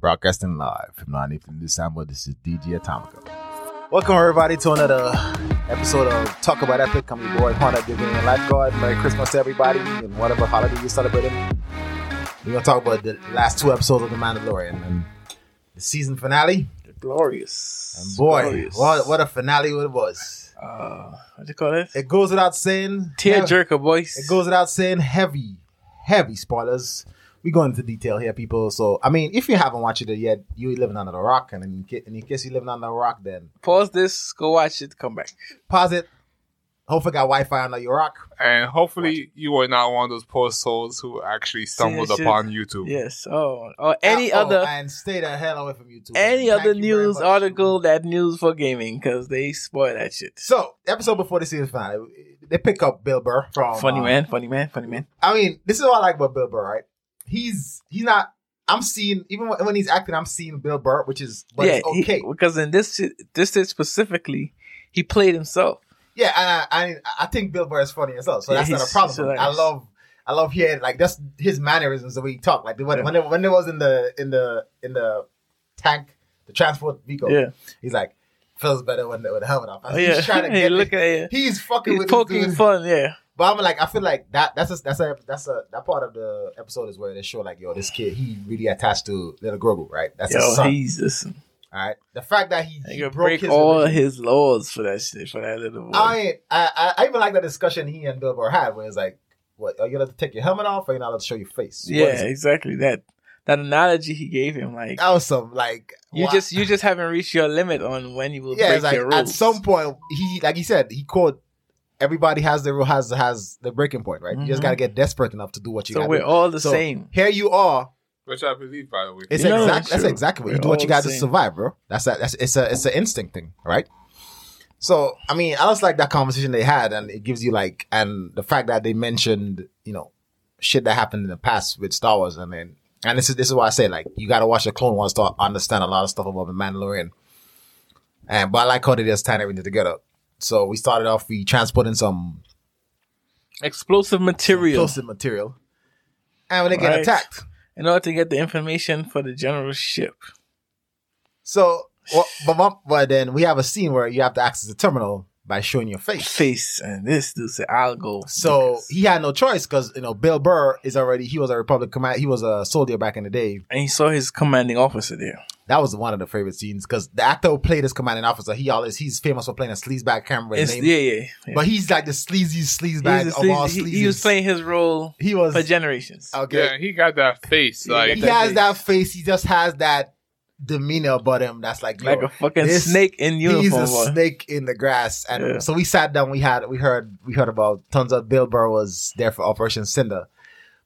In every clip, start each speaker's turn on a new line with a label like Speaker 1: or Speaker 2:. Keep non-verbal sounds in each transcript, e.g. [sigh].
Speaker 1: Broadcasting live from 980 News Sambo. This is DJ Atomico. Welcome, everybody, to another episode of Talk About Epic. I'm your boy, Honda, giving you lifeguard. Merry Christmas to everybody and whatever holiday you're celebrating. We're going to talk about the last two episodes of The Mandalorian and the season finale.
Speaker 2: Glorious.
Speaker 1: And boy,
Speaker 2: Glorious.
Speaker 1: what, what a finale it was.
Speaker 2: Uh, what do you call it?
Speaker 1: It goes without saying.
Speaker 2: Tear
Speaker 1: Hev-
Speaker 2: jerker, boys.
Speaker 1: It goes without saying, heavy, heavy spoilers. We go into detail here, people. So, I mean, if you haven't watched it yet, you're living under the rock. And in, ca- and in case you're living under the rock, then
Speaker 2: Pause this, go watch it, come back.
Speaker 1: pause it. Hopefully, got Wi Fi under your rock.
Speaker 3: And hopefully you are not one of those poor souls who actually stumbled
Speaker 2: that shit?
Speaker 3: upon YouTube.
Speaker 2: Yes. Oh, or any
Speaker 1: Uh, oh,
Speaker 2: other
Speaker 1: And stay the hell away from YouTube.
Speaker 2: any
Speaker 1: Thank
Speaker 2: other
Speaker 1: you very
Speaker 2: news
Speaker 1: much.
Speaker 2: article that news for gaming because they spoil that shit.
Speaker 1: So, episode before the season finale, they pick up Bill Burr from.
Speaker 2: funny
Speaker 1: uh,
Speaker 2: man, funny man, funny man.
Speaker 1: I mean, this is what I like about Bill Burr, right? He's he's not. I'm seeing even when when he's acting, I'm seeing Bill Burr, which is but
Speaker 2: yeah,
Speaker 1: it's
Speaker 2: he-
Speaker 1: okay.
Speaker 2: because in this shit, this shit specifically, he played himself.
Speaker 1: yeah, and I, I I think Bill Burr is funny as well, so
Speaker 2: Yeah,
Speaker 1: that's not
Speaker 2: he's-
Speaker 1: a problem.
Speaker 2: he's hilarious.
Speaker 1: I love I love hearing like that's his mannerisms the way he talked. Like when
Speaker 2: Yeah.
Speaker 1: when it, when it was in the in the in the tank, the transport vehicle.
Speaker 2: Yeah.
Speaker 1: he's like feels better when with the helmet off.
Speaker 2: Oh,
Speaker 1: Uh, he's
Speaker 2: yeah. [laughs]
Speaker 1: trying to
Speaker 2: Hey,
Speaker 1: get look
Speaker 2: look at it.
Speaker 1: he's fucking
Speaker 2: He's
Speaker 1: with this
Speaker 2: poking
Speaker 1: dude.
Speaker 2: fun, yeah.
Speaker 1: But I'm like, I feel like that. That's a, that's a that's a that part of the episode is where they show like, yo, this kid, he really attached to little Grogu, right? That's his
Speaker 2: Yo,
Speaker 1: son.
Speaker 2: he's listen.
Speaker 1: all right, the fact that he,
Speaker 2: He
Speaker 1: he
Speaker 2: could
Speaker 1: broke
Speaker 2: break
Speaker 1: his
Speaker 2: all
Speaker 1: religion-
Speaker 2: his laws for that shit, for that little boy.
Speaker 1: I, ain't- I I I even like that discussion he and Bill Burr had, where it's like, what are you allowed to take your helmet off, or you're not allowed to show your face? What
Speaker 2: yeah,
Speaker 1: is Oh, it?
Speaker 2: exactly. That that analogy he gave him, like
Speaker 1: awesome. Like
Speaker 2: You
Speaker 1: wha-
Speaker 2: just you just haven't reached your limit on when you will
Speaker 1: yeah,
Speaker 2: break
Speaker 1: it's like
Speaker 2: your
Speaker 1: at
Speaker 2: rules.
Speaker 1: some point he like he said he called. Everybody has their has has the breaking point, right? You just
Speaker 2: Mhm.
Speaker 1: gotta get desperate enough to do what you
Speaker 2: so
Speaker 1: gotta
Speaker 2: we're
Speaker 1: do.
Speaker 2: all the
Speaker 1: So,
Speaker 2: same.
Speaker 1: Here you are,
Speaker 3: Which I believe by the way.
Speaker 1: It's
Speaker 2: You know,
Speaker 1: exact. That's
Speaker 2: sure.
Speaker 1: exactly what you
Speaker 2: We're
Speaker 1: do. What
Speaker 2: all
Speaker 1: you got
Speaker 2: the
Speaker 1: to
Speaker 2: same.
Speaker 1: survive, bro. That's that. That's it's a it's an instinct thing, right? So I mean, I just like that conversation they had, and it gives you like, and the fact that they mentioned, you know, shit that happened in the past with Star Wars, and then, and this is this is why I say like, you got to watch the Clone Wars to understand a lot of stuff about the Mandalorian. And but I like how they just tied everything together. So we started off we transporting some
Speaker 2: Explosive material
Speaker 1: explosive material, and when they get
Speaker 2: Right.
Speaker 1: attacked,
Speaker 2: in order to get the information for the general ship.
Speaker 1: So, well, but, but- but then we have a scene where you have to access the terminal by showing your face.
Speaker 2: Face and this dude said, "I'll go."
Speaker 1: So
Speaker 2: Lucas."
Speaker 1: he had no choice because you know Bill Burr is already he was a Republic command he was a soldier back in the day.
Speaker 2: and he saw his commanding officer there.
Speaker 1: That was one of the favorite scenes because the actor who played his commanding officer he always he's famous for playing a sleazebag camera
Speaker 2: It's,
Speaker 1: name,
Speaker 2: yeah, yeah. yeah.
Speaker 1: but he's like the sleazy sleazebag
Speaker 2: He's a
Speaker 1: of all
Speaker 2: sleazy-
Speaker 1: sleazy.
Speaker 2: he, he was playing his role
Speaker 1: He was
Speaker 2: for generations.
Speaker 1: okay.
Speaker 3: Yeah, he got that face.
Speaker 2: Yeah,
Speaker 3: Like
Speaker 1: He
Speaker 2: that
Speaker 1: has
Speaker 2: face.
Speaker 1: that face. He just has that demeanor about him that's like yo,
Speaker 2: like a fucking
Speaker 1: this-
Speaker 2: snake in uniform.
Speaker 1: He's a
Speaker 2: boy.
Speaker 1: snake in the grass, and
Speaker 2: Yeah.
Speaker 1: so we sat down. We had we heard we heard about tons of Bill Burr was there for Operation Cinder.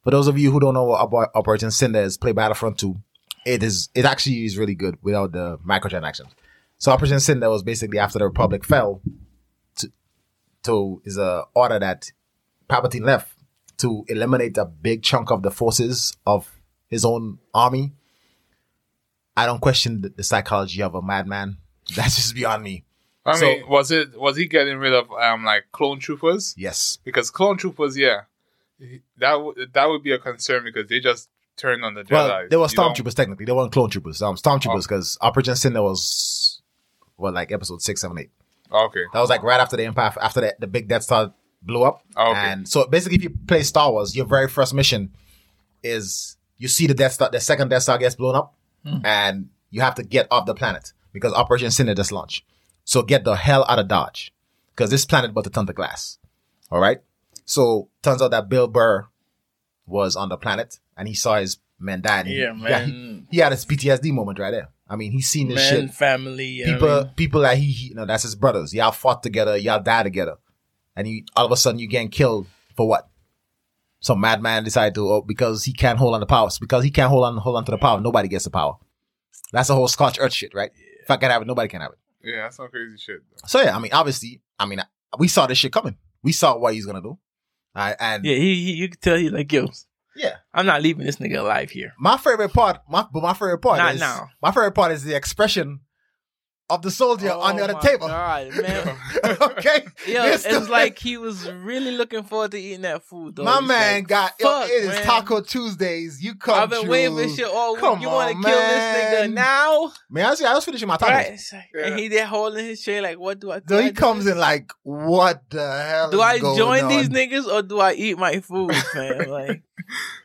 Speaker 1: For those of you who don't know what Oper- Operation Cinder is, play Battlefront Two. It is it actually is really good without the microtransactions. So Operation Cinder was basically after the Republic fell, to, to is a order that Palpatine left to eliminate a big chunk of the forces of his own army. I don't question the, the psychology of a madman. [laughs] That's just beyond me.
Speaker 3: I
Speaker 1: So-
Speaker 3: mean, was it was he getting rid of um like clone troopers?
Speaker 1: Yes.
Speaker 3: Because clone troopers, yeah. he- That would that would be a concern because they just turned on the Jedi.
Speaker 1: Well, they were
Speaker 3: You don't- Oh.
Speaker 1: stormtroopers technically. They weren't clone troopers. Um, stormtroopers because Operation Cinder was what like episode six, seven, eight.
Speaker 3: Okay.
Speaker 1: That was like right after the Empire, after the, the big Death Star blew up.
Speaker 2: Oh,
Speaker 3: Okay.
Speaker 1: And so basically, if you play Star Wars, your very first mission is you see the Death Star, the second Death Star gets blown up,
Speaker 2: Hmm.
Speaker 1: and you have to get off the planet because Operation Cinder just launched. So get the hell out of Dodge because this planet about to turn to glass. All right. So turns out that Bill Burr was on the planet and he saw his men die. and he-
Speaker 2: Yeah,
Speaker 1: he,
Speaker 2: man.
Speaker 1: he had his PTSD moment right there. I mean, he's seen this
Speaker 2: Man,
Speaker 1: shit
Speaker 2: family, you know what I
Speaker 1: people
Speaker 2: mean?
Speaker 1: people that he, he no, that's his brothers. Y'all fought together, y'all died together. And you all of a sudden you getting killed for what? Some madman decided to oh, because he can't hold on to power. Because he can't hold on hold on to the power, nobody gets the power. That's the whole Scotch Earth shit, right? If I can have it, nobody can have it.
Speaker 3: Yeah, that's some crazy shit.
Speaker 1: So yeah, I mean, obviously, I mean, we saw this shit coming. We saw what he's gonna do. I, and
Speaker 2: Yeah, he, he you could tell he like, yo,
Speaker 1: yeah,
Speaker 2: I'm not leaving this nigga alive here.
Speaker 1: my favorite part, my but my favorite part
Speaker 2: Not
Speaker 1: is
Speaker 2: now.
Speaker 1: my favorite part is the expression of the soldier on the
Speaker 2: Oh
Speaker 1: other
Speaker 2: my
Speaker 1: table.
Speaker 2: God, man.
Speaker 1: [laughs] okay,
Speaker 2: Yo,
Speaker 1: This
Speaker 2: it's
Speaker 1: dude-
Speaker 2: like he was really looking forward to eating that food, though.
Speaker 1: my
Speaker 2: He's
Speaker 1: man
Speaker 2: like,
Speaker 1: got yo,
Speaker 2: "Fuck,
Speaker 1: it is
Speaker 2: man.
Speaker 1: Taco Tuesdays. You come
Speaker 2: I've been
Speaker 1: through.
Speaker 2: waiting for shit all week.
Speaker 1: Come
Speaker 2: you want
Speaker 1: on,
Speaker 2: to kill this
Speaker 1: man.
Speaker 2: nigga now?
Speaker 1: Man, I see, I was finishing my tacos.
Speaker 2: Right? It's like- And
Speaker 3: Yeah.
Speaker 2: he there holding his tray like, what do I do?
Speaker 1: So
Speaker 2: I
Speaker 1: he
Speaker 2: do?
Speaker 1: comes in like, what the hell?
Speaker 2: Do
Speaker 1: is
Speaker 2: I
Speaker 1: going
Speaker 2: join
Speaker 1: on?
Speaker 2: these niggas or do I eat
Speaker 1: [laughs]
Speaker 2: my food, fam? Like,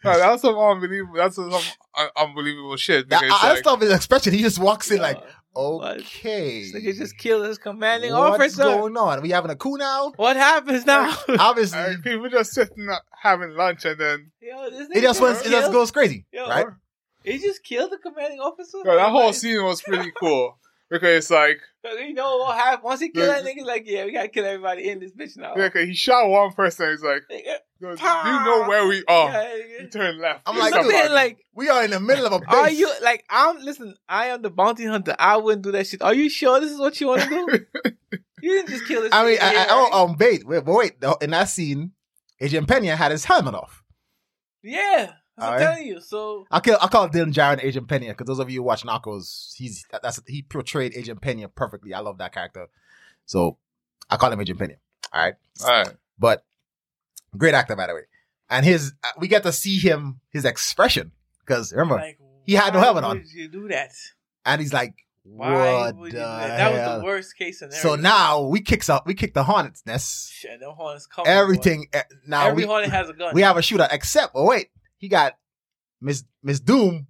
Speaker 3: No, that's some unbelievable. That's some un- unbelievable shit.
Speaker 1: That,
Speaker 3: nigga. It's
Speaker 1: I, I
Speaker 3: like-
Speaker 1: love his expression. He just walks in
Speaker 2: yo,
Speaker 1: like,
Speaker 2: what?
Speaker 1: okay,
Speaker 2: This nigga just killed his commanding
Speaker 1: what's
Speaker 2: officer.
Speaker 1: going on? we having a coup now?
Speaker 2: what happens now?
Speaker 1: Obviously,
Speaker 3: Like, people just sitting up having lunch and then
Speaker 2: [laughs] Yo, this nigga
Speaker 1: it just went, it just
Speaker 2: killed-
Speaker 1: goes crazy,
Speaker 2: Yo,
Speaker 1: right?
Speaker 2: He just killed the commanding officer.
Speaker 3: Yo,
Speaker 1: [laughs]
Speaker 3: that whole
Speaker 2: Like,
Speaker 3: scene was pretty cool because it's like
Speaker 2: Cause you know what happened once he killed that nigga. Like, yeah, we gotta kill everybody in this bitch now.
Speaker 3: yeah, 'cause he shot one person. He's like,
Speaker 2: Nigga,
Speaker 3: "Yo, "Do you know where we are?"
Speaker 2: yeah, nigga.
Speaker 3: He turned left.
Speaker 1: Oh. I'm
Speaker 3: It's
Speaker 1: like,
Speaker 2: I'm
Speaker 1: dude,
Speaker 3: somebody.
Speaker 2: saying, like,
Speaker 1: We are in the middle of a base.
Speaker 2: are you like I'm? Listen, I am the bounty hunter. I wouldn't do that shit. Are you sure this is what you want to
Speaker 1: [laughs]
Speaker 2: do? you didn't just kill this.
Speaker 1: I mean,
Speaker 2: nigga,
Speaker 1: I, I,
Speaker 2: yeah,
Speaker 1: I,
Speaker 2: right?
Speaker 1: on bait. Wait, but wait, the- in that scene, Agent Pena had his helmet off.
Speaker 2: yeah. I'm
Speaker 1: Alright.
Speaker 2: telling you. So
Speaker 1: I call, I call Dylan Jaron Agent Pena because those of you who watch Narcos, he's that, that's he portrayed Agent Pena perfectly. I love that character, so I call him Agent Pena. All right,
Speaker 3: All right.
Speaker 1: but great actor by the way. And his uh, we get to see him his expression because remember,
Speaker 2: like,
Speaker 1: He had no
Speaker 2: why
Speaker 1: helmet on.
Speaker 2: would You do that?
Speaker 1: and he's like,
Speaker 2: Why
Speaker 1: what
Speaker 2: would
Speaker 1: the
Speaker 2: you do that?
Speaker 1: hell?
Speaker 2: That was the worst case scenario.
Speaker 1: so now we kicks up, we kick the hornet's nest.
Speaker 2: shit, them hornets coming.
Speaker 1: Everything eh,
Speaker 2: boy.
Speaker 1: now
Speaker 2: Every
Speaker 1: we
Speaker 2: hornet has a gun.
Speaker 1: we have a shooter. Except, oh wait, he got Miss Miss Doom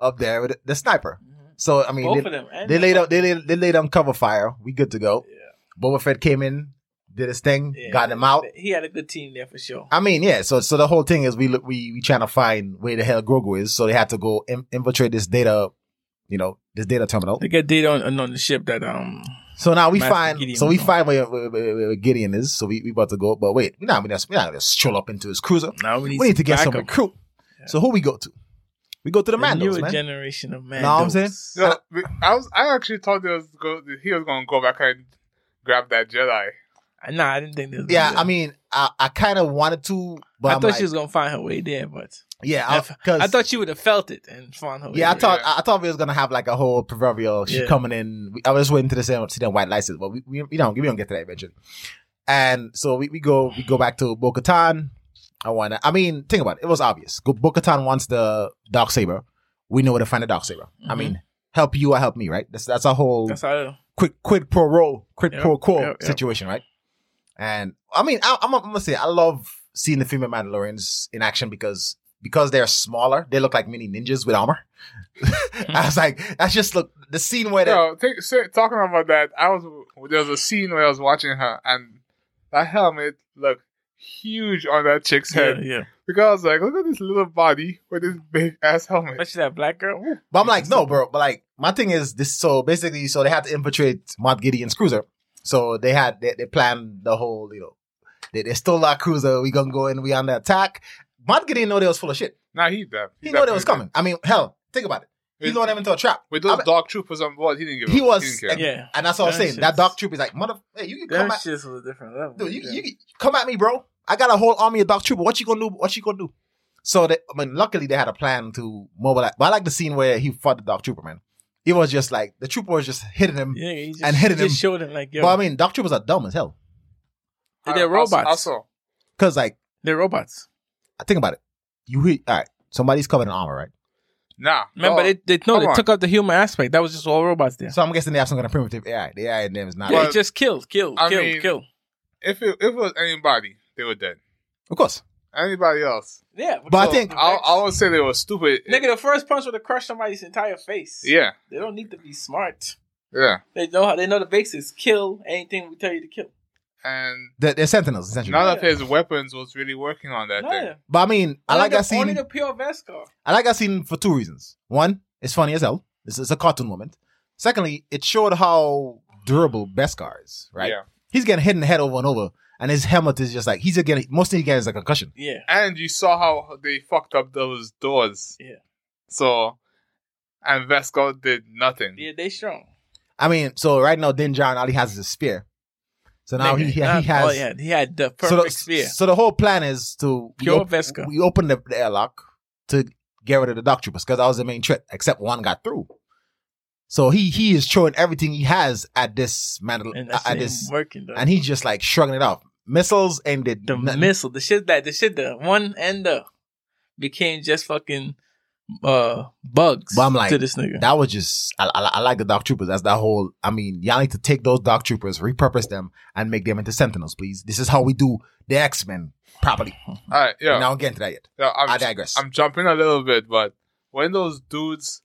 Speaker 1: up there with the sniper.
Speaker 2: Mhm.
Speaker 1: So I mean,
Speaker 2: both
Speaker 1: they-
Speaker 2: of them. and
Speaker 1: They
Speaker 2: the
Speaker 1: laid
Speaker 2: fuck-
Speaker 1: up. They laid, they laid on cover fire. We good to go.
Speaker 2: Yeah.
Speaker 1: Boba Fett came in, did his thing,
Speaker 2: Yeah.
Speaker 1: got him out.
Speaker 2: He had a good team there for sure.
Speaker 1: I mean, yeah. So, so the whole thing is we look, we we trying to find where the hell Grogu is. So they had to go in, infiltrate this data, you know, this data terminal.
Speaker 2: They got data on, on the ship that um
Speaker 1: So now we
Speaker 2: Master
Speaker 1: find,
Speaker 2: Gideon
Speaker 1: so we
Speaker 2: was on.
Speaker 1: find where, where, where- where Gideon is. So we we about to go, but wait, we're not we just we're not gonna stroll up into his cruiser.
Speaker 2: now we need,
Speaker 1: we need to get some
Speaker 2: backup.
Speaker 1: recruit. So who we go to? We go to [laughs] the,
Speaker 2: The
Speaker 1: Mandos,
Speaker 2: newer
Speaker 1: man.
Speaker 2: generation of man.
Speaker 1: Know what I'm saying?
Speaker 3: So, I was. I actually thought there was go, he was gonna go back and grab that Jedi.
Speaker 2: Nah, I didn't think this. Was
Speaker 1: yeah,
Speaker 2: good.
Speaker 1: I mean, I, I kind of wanted to, but
Speaker 2: I
Speaker 1: am
Speaker 2: thought she was gonna find her way there, but
Speaker 1: yeah,
Speaker 2: I-
Speaker 1: I, 'cause-
Speaker 2: I thought she would have felt it and found her. way
Speaker 1: Yeah, I
Speaker 2: there.
Speaker 1: thought
Speaker 3: Yeah.
Speaker 1: I I thought we was gonna have like a whole proverbial she
Speaker 2: Yeah.
Speaker 1: coming in. We, I was waiting to the same see them white license, but we, we, we don't we don't get to that eventually. And so we, we go we go back to Bo Katan. I wanna I mean, think about it. It was obvious. Bo Katan wants the Dark Saber. We know where to find the Dark Saber. I
Speaker 2: Mhm.
Speaker 1: mean, help you or help me, right? That's that's a whole
Speaker 2: That's how.
Speaker 1: [laughs] quick quid pro roll, quid
Speaker 2: Yep,
Speaker 1: pro quo
Speaker 2: yep, yep.
Speaker 1: situation, right? And I mean, I, I'm, I'm gonna say I love seeing the female Mandalorians in action because because they're smaller, they look like mini ninjas with armor. [laughs] I was like, that's just look the scene where they
Speaker 3: Yo, think, say, talking about that, I was there was a scene where I was watching her and that helmet looked huge on that chick's head
Speaker 2: Yeah, yeah.
Speaker 3: because I was like, look at this little body with this big ass helmet.
Speaker 2: Especially that black girl. Ooh.
Speaker 1: But I'm like, no, bro. But like, my thing is this. So basically, so they had to infiltrate Mont Gideon's cruiser. So they had they, they planned the whole, you know, they, they stole our cruiser. We gonna go in. We on the attack. Mont Gideon know they was full of shit.
Speaker 3: Nah, he them.
Speaker 1: He know they was coming. I mean, hell, think about it. He
Speaker 3: With,
Speaker 1: lured them into a trap.
Speaker 3: with
Speaker 1: I
Speaker 3: those
Speaker 1: mean-
Speaker 3: dog troopers on board, he didn't give.
Speaker 1: He
Speaker 3: a,
Speaker 1: was-
Speaker 3: He didn't care.
Speaker 2: Yeah,
Speaker 1: And that's what I'm
Speaker 2: That
Speaker 1: saying.
Speaker 2: shit
Speaker 1: That
Speaker 2: is-
Speaker 1: dark troop is like, mother, hey, you can come
Speaker 2: that
Speaker 1: at,
Speaker 2: shit was a different level.
Speaker 1: dude, you,
Speaker 2: yeah.
Speaker 1: you can come at me, bro. I got a whole army of dark trooper. What you gonna do? What you gonna do? So that I mean, luckily they had a plan to mobilize. But I like the scene where he fought the dark trooper, man. It was just like the trooper was just hitting him.
Speaker 2: yeah, he just,
Speaker 1: and hitting
Speaker 2: he just
Speaker 1: him.
Speaker 2: showed him like, yo,
Speaker 1: But I mean, dark troopers are dumb as hell.
Speaker 3: I-
Speaker 2: they're
Speaker 3: I-
Speaker 2: robots.
Speaker 3: I saw.
Speaker 1: Cause like,
Speaker 2: they're robots.
Speaker 1: think about it. You hit all right. Somebody's covered in armor, right?
Speaker 3: Nah,
Speaker 2: Remember,
Speaker 3: dog.
Speaker 2: they, they no,
Speaker 3: Oh, come
Speaker 2: they
Speaker 3: on.
Speaker 2: took out the human aspect. That was just all robots there.
Speaker 1: So I'm guessing they have some kind of primitive AI. The AI in them is not.
Speaker 2: yeah,
Speaker 3: Well,
Speaker 2: it just kill, kill,
Speaker 3: I
Speaker 2: kill,
Speaker 3: mean-
Speaker 2: kill.
Speaker 3: if it, if it was anybody, they were dead.
Speaker 1: Of course.
Speaker 3: Anybody else?
Speaker 2: Yeah,
Speaker 1: But I
Speaker 2: so-
Speaker 1: think-
Speaker 3: I I would say they were stupid.
Speaker 2: nigga, the first punch would have crushed somebody's entire face.
Speaker 3: yeah,
Speaker 2: they don't need to be smart.
Speaker 3: yeah,
Speaker 2: They know how they know the basics. Kill anything we tell you to kill.
Speaker 3: and
Speaker 1: They're, they're sentinels essentially.
Speaker 3: none of
Speaker 2: Yeah.
Speaker 3: his weapons was really working on that thing.
Speaker 2: yeah.
Speaker 1: but I mean, I
Speaker 2: Only
Speaker 1: like
Speaker 2: the,
Speaker 1: that
Speaker 2: Only
Speaker 1: scene.
Speaker 2: the pure Vescar.
Speaker 1: I like that scene for two reasons. One, it's funny as hell. This is a cartoon moment. Secondly, it showed how durable Beskar is, right?
Speaker 3: Yeah.
Speaker 1: He's getting hit in the head over and over, and his helmet is just like he's getting most of getting is a concussion.
Speaker 2: Yeah.
Speaker 3: And you saw how they fucked up those doors.
Speaker 2: Yeah.
Speaker 3: So, and Vesco did nothing.
Speaker 2: Yeah, they strong.
Speaker 1: I mean, so right now Din Djarin Ali has his spear, so now he,
Speaker 2: Nigga,
Speaker 1: he,
Speaker 2: not-
Speaker 1: has
Speaker 2: Oh, yeah, he had the
Speaker 1: so
Speaker 2: perfect
Speaker 1: the,
Speaker 2: sphere.
Speaker 1: So the whole plan is to we,
Speaker 2: Pure
Speaker 1: op-
Speaker 2: Vesca.
Speaker 1: we open the, the airlock to get rid of the Dark Troopers because that was the main threat. Except one got through, So he he is throwing everything he has at this Mandal-
Speaker 2: And that's
Speaker 1: at
Speaker 2: him
Speaker 1: this,
Speaker 2: working though.
Speaker 1: and he's just like shrugging it off. Missiles and the,
Speaker 2: the missile, the shit that the shit that one ender became just fucking uh bugs
Speaker 1: But I'm like,
Speaker 2: to this nigga.
Speaker 1: That was just I, I, I like the Dark Troopers. That's that whole. I mean, y'all need to take those Dark Troopers, repurpose them, and make them into Sentinels, please. This is how we do the X Men properly.
Speaker 3: All right, yeah.
Speaker 1: Now Now get into that yet.
Speaker 3: yeah
Speaker 1: i
Speaker 3: I'm,
Speaker 1: digress.
Speaker 3: I'm jumping a little bit, but when those dudes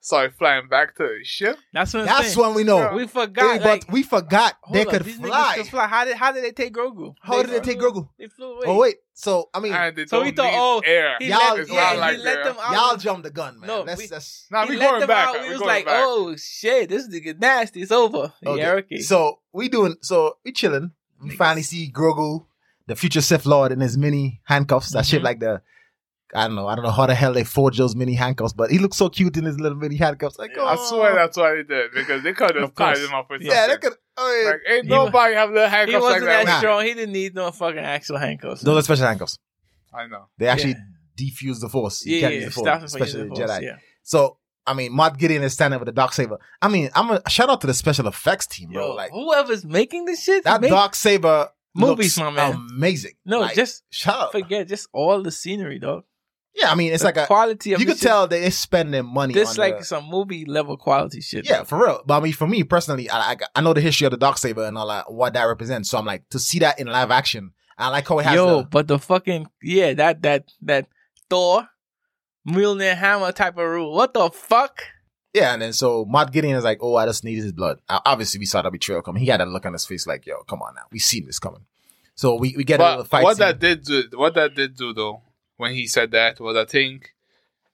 Speaker 3: started flying back to the ship,
Speaker 2: that's what I'm
Speaker 1: That's
Speaker 2: saying.
Speaker 1: when we know.
Speaker 3: Yeah.
Speaker 2: we
Speaker 1: They-
Speaker 2: forgot.
Speaker 1: but
Speaker 2: like,
Speaker 1: we forgot
Speaker 2: hold
Speaker 1: they
Speaker 2: up,
Speaker 1: could
Speaker 2: these niggas
Speaker 1: fly.
Speaker 2: could fly. How did how did they take Grogu?
Speaker 1: How did they take
Speaker 2: flew-
Speaker 1: Grogu?
Speaker 2: They flew away.
Speaker 1: Oh wait, so I mean,
Speaker 3: and they
Speaker 2: So
Speaker 3: don't
Speaker 2: we thought,
Speaker 3: need
Speaker 2: oh,
Speaker 3: air.
Speaker 2: He
Speaker 1: Y'all-
Speaker 2: let,
Speaker 1: yeah,
Speaker 2: he
Speaker 1: like
Speaker 2: let
Speaker 3: that.
Speaker 2: them out.
Speaker 1: y'all jumped the gun, man.
Speaker 2: No,
Speaker 1: let's,
Speaker 2: we-
Speaker 1: let's
Speaker 3: Nah,
Speaker 2: he
Speaker 3: we
Speaker 2: let
Speaker 3: going
Speaker 2: them
Speaker 3: back.
Speaker 2: out. We
Speaker 3: we
Speaker 2: was
Speaker 3: going
Speaker 2: like,
Speaker 3: back.
Speaker 2: oh shit, this nigga nasty. It's over.
Speaker 1: Okay.
Speaker 2: Yeah, okay.
Speaker 1: So we doing. So we chilling. We finally see Grogu, the future Sith Lord, in his mini handcuffs. That shit
Speaker 2: Mhm.
Speaker 1: like the. I don't know. I don't know how the hell they forge those mini handcuffs, but he looks so cute in his little mini handcuffs. Like, oh.
Speaker 3: I swear that's what they did because they could have
Speaker 2: Of
Speaker 3: tied
Speaker 2: course.
Speaker 3: him up with
Speaker 1: Yeah, they
Speaker 3: something.
Speaker 1: could. Oh, yeah.
Speaker 3: Like, ain't
Speaker 2: He wa-
Speaker 3: nobody have little
Speaker 2: he
Speaker 3: handcuffs like
Speaker 2: wasn't
Speaker 3: that.
Speaker 2: that
Speaker 1: Nah.
Speaker 2: strong. He didn't need no fucking actual handcuffs.
Speaker 1: those are special handcuffs.
Speaker 3: I know.
Speaker 1: They actually
Speaker 2: Yeah.
Speaker 1: defuse the force. You
Speaker 2: yeah,
Speaker 1: can't
Speaker 2: yeah,
Speaker 1: use the force,
Speaker 2: stop him from
Speaker 1: especially
Speaker 2: using
Speaker 1: the
Speaker 2: the force,
Speaker 1: Jedi.
Speaker 2: Yeah.
Speaker 1: So I mean, Moth Gideon is standing with the dark saber. I mean, I'm a shout out to the special effects team, bro.
Speaker 2: Yo,
Speaker 1: like
Speaker 2: whoever's making this shit,
Speaker 1: that
Speaker 2: make-
Speaker 1: dark saber
Speaker 2: Movies,
Speaker 1: looks
Speaker 2: my man.
Speaker 1: amazing.
Speaker 2: no,
Speaker 1: Like,
Speaker 2: just
Speaker 1: shout out.
Speaker 2: forget just all the scenery, dog.
Speaker 1: Yeah, I mean, it's
Speaker 2: The
Speaker 1: like a
Speaker 2: quality of
Speaker 1: you
Speaker 2: this
Speaker 1: could tell they spend their money.
Speaker 2: Shit,
Speaker 1: on
Speaker 2: this like
Speaker 1: the-
Speaker 2: some movie level quality shit.
Speaker 1: yeah,
Speaker 2: dog.
Speaker 1: for real. But I mean, for me personally, I I, I know the history of the dark saber and all that, what that represents. So I'm like to see that in live action. I like how it has.
Speaker 2: Yo,
Speaker 1: the,
Speaker 2: but the fucking yeah, that that that Thor, Mjolnir hammer type of rule. What the fuck?
Speaker 1: yeah, and then so Moth Gideon is like, "Oh, I just needed his blood." Uh, Obviously, we saw that betrayal coming. He had a look on his face like, "Yo, come on now, we seen this coming." So we, we get a little
Speaker 3: But
Speaker 1: fight.
Speaker 3: what
Speaker 1: scene.
Speaker 3: that did do, what that did do though, when he said that was I think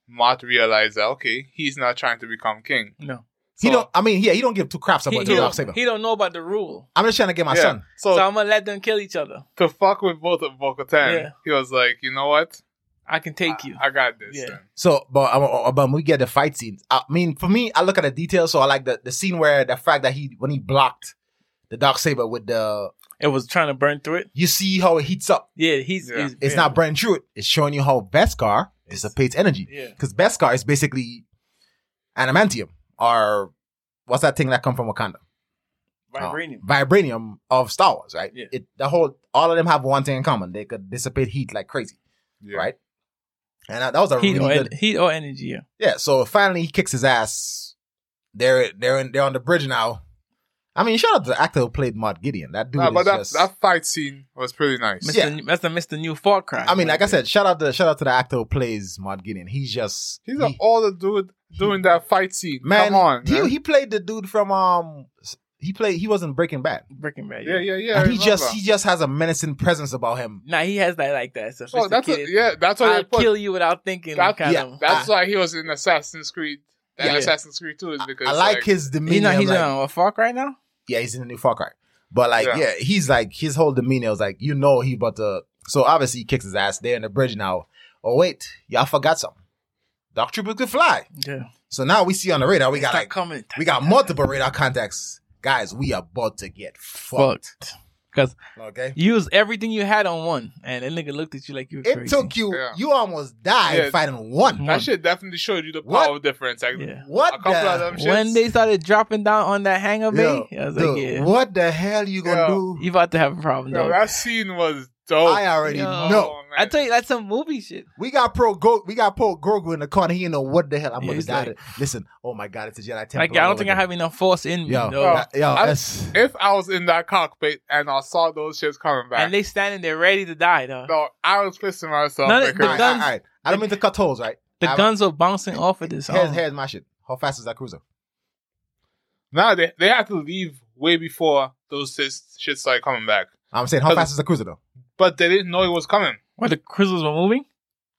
Speaker 3: Matt realized that okay, he's not trying to become king.
Speaker 2: No,
Speaker 1: he
Speaker 3: So-
Speaker 1: don't. I mean, yeah, he don't give two craps
Speaker 2: he,
Speaker 1: about
Speaker 2: he
Speaker 1: the dark saber.
Speaker 2: don't, he don't know about the rule,
Speaker 1: I'm just trying to get my
Speaker 3: Yeah.
Speaker 1: son.
Speaker 3: So,
Speaker 2: so I'm gonna let them kill each other.
Speaker 3: to fuck with both of Bo-Katan,
Speaker 2: Yeah.
Speaker 3: he was like, you know what,
Speaker 2: I can take
Speaker 3: I,
Speaker 2: you.
Speaker 3: I got this.
Speaker 2: Yeah.
Speaker 3: Then.
Speaker 1: So, but uh, but when we get the fight scenes, I mean, for me, I look at the details. So I like the, the scene where the fact that he when he blocked the dark saber with the
Speaker 2: it was trying to burn through it.
Speaker 1: you see how it heats up.
Speaker 2: Yeah, he's.
Speaker 3: Yeah.
Speaker 2: he's
Speaker 1: It's not burning through it. It's showing you how Beskar dissipates energy
Speaker 2: Yeah,
Speaker 1: because Beskar is basically adamantium or what's that thing that come from Wakanda?
Speaker 2: vibranium.
Speaker 1: Uh, vibranium of Star Wars, right?
Speaker 2: Yeah.
Speaker 1: It the whole all of them have one thing in common. They could dissipate heat like crazy,
Speaker 3: Yeah.
Speaker 1: right? And that, that was a
Speaker 2: heat,
Speaker 1: really
Speaker 2: or
Speaker 1: good.
Speaker 2: en- heat or energy. Yeah.
Speaker 1: Yeah, so finally he kicks his ass. They're they're in, they're on the bridge now. I mean, shout out to the actor who played Mott Gideon. That dude
Speaker 3: Nah, but
Speaker 1: is
Speaker 3: that
Speaker 1: just.
Speaker 3: that fight scene was pretty nice.
Speaker 2: Mr.
Speaker 1: Yeah.
Speaker 2: New- That's the Mr. New Far Cry.
Speaker 1: I mean, like I said, shout out to shout out to the actor who plays Mott Gideon. He's just
Speaker 3: He's
Speaker 1: he-
Speaker 3: an older dude doing that fight scene.
Speaker 1: man.
Speaker 3: Come on,
Speaker 1: he
Speaker 3: man.
Speaker 1: he played the dude from um he played he wasn't Breaking Bad,
Speaker 2: Breaking Bad.
Speaker 3: yeah, yeah, yeah. I
Speaker 1: and he just
Speaker 3: remember.
Speaker 1: he just has a menacing presence about him.
Speaker 2: Nah, he has that like that
Speaker 3: Oh,
Speaker 2: sophisticated.
Speaker 3: that's a, yeah. That's what
Speaker 2: I'll
Speaker 3: they put.
Speaker 2: kill you without thinking.
Speaker 3: That-
Speaker 2: kind
Speaker 1: yeah,
Speaker 2: of.
Speaker 3: That's why he was in Assassin's Creed. And
Speaker 1: Yeah.
Speaker 3: Assassin's Creed 2 is because
Speaker 1: I like, his demeanor.
Speaker 2: you know he's um,
Speaker 1: like-
Speaker 2: on a fuck right now.
Speaker 1: yeah, he's in the new Far Cry. But like,
Speaker 3: Yeah.
Speaker 1: yeah. he's like his whole demeanor was like, you know, he about to. So obviously, he kicks his ass there in the bridge now. Oh wait, y'all forgot something. Dark Troopers could fly.
Speaker 2: Yeah,
Speaker 1: So now we see on the radar, we got like
Speaker 2: coming.
Speaker 1: we got multiple radar contacts. Guys, we about to get fucked.
Speaker 2: fucked. Cause
Speaker 1: Okay.
Speaker 2: use everything you had on one, and that nigga looked at you like you were
Speaker 1: It
Speaker 2: crazy.
Speaker 1: took you.
Speaker 3: Yeah.
Speaker 1: You almost died
Speaker 3: Yeah.
Speaker 1: fighting one.
Speaker 2: One.
Speaker 3: That shit definitely showed you the
Speaker 1: What?
Speaker 3: power difference. Like,
Speaker 2: Yeah.
Speaker 1: What
Speaker 3: A couple
Speaker 1: the?
Speaker 3: of them shits.
Speaker 2: when they started dropping down on that hangar bay,
Speaker 1: Yo,
Speaker 2: I was
Speaker 1: dude,
Speaker 2: like, yeah,
Speaker 1: What the hell you gonna
Speaker 3: Yeah.
Speaker 1: do?
Speaker 2: you about to have a problem,
Speaker 3: Yo,
Speaker 2: though.
Speaker 3: that scene was dope.
Speaker 1: I already
Speaker 2: Yo.
Speaker 1: know.
Speaker 3: Oh, man.
Speaker 2: I tell you, that's some movie shit.
Speaker 1: We got pro go. We got pro Grogu in the corner. He didn't know what the hell I'm
Speaker 2: Yeah,
Speaker 1: gonna
Speaker 2: he's
Speaker 1: die.
Speaker 2: like-
Speaker 1: to. Listen, oh my god, it's a Jedi temple.
Speaker 2: Like
Speaker 1: all
Speaker 2: I don't
Speaker 1: over
Speaker 2: think I
Speaker 1: again.
Speaker 2: have enough force in me,
Speaker 1: Yo,
Speaker 2: though.
Speaker 3: Bro,
Speaker 1: that- yo,
Speaker 3: I-
Speaker 1: that's
Speaker 3: if I was in that cockpit and I saw those shits coming back,
Speaker 2: and they standing there ready to die, though.
Speaker 3: no, I was pissing myself.
Speaker 2: None of-
Speaker 1: all
Speaker 3: because,
Speaker 1: right,
Speaker 2: guns-
Speaker 1: all right. I don't mean to cut holes, right?
Speaker 2: The
Speaker 1: I-
Speaker 2: guns were bouncing off of this. um,
Speaker 1: Here's,
Speaker 2: arm.
Speaker 1: here's my shit. How fast is that cruiser?
Speaker 3: nah, they they had to leave way before those shits, shits started coming back.
Speaker 1: I'm saying how
Speaker 3: Cause-
Speaker 1: fast is the cruiser though?
Speaker 3: But they didn't know it was coming.
Speaker 2: Where the cruisers were moving?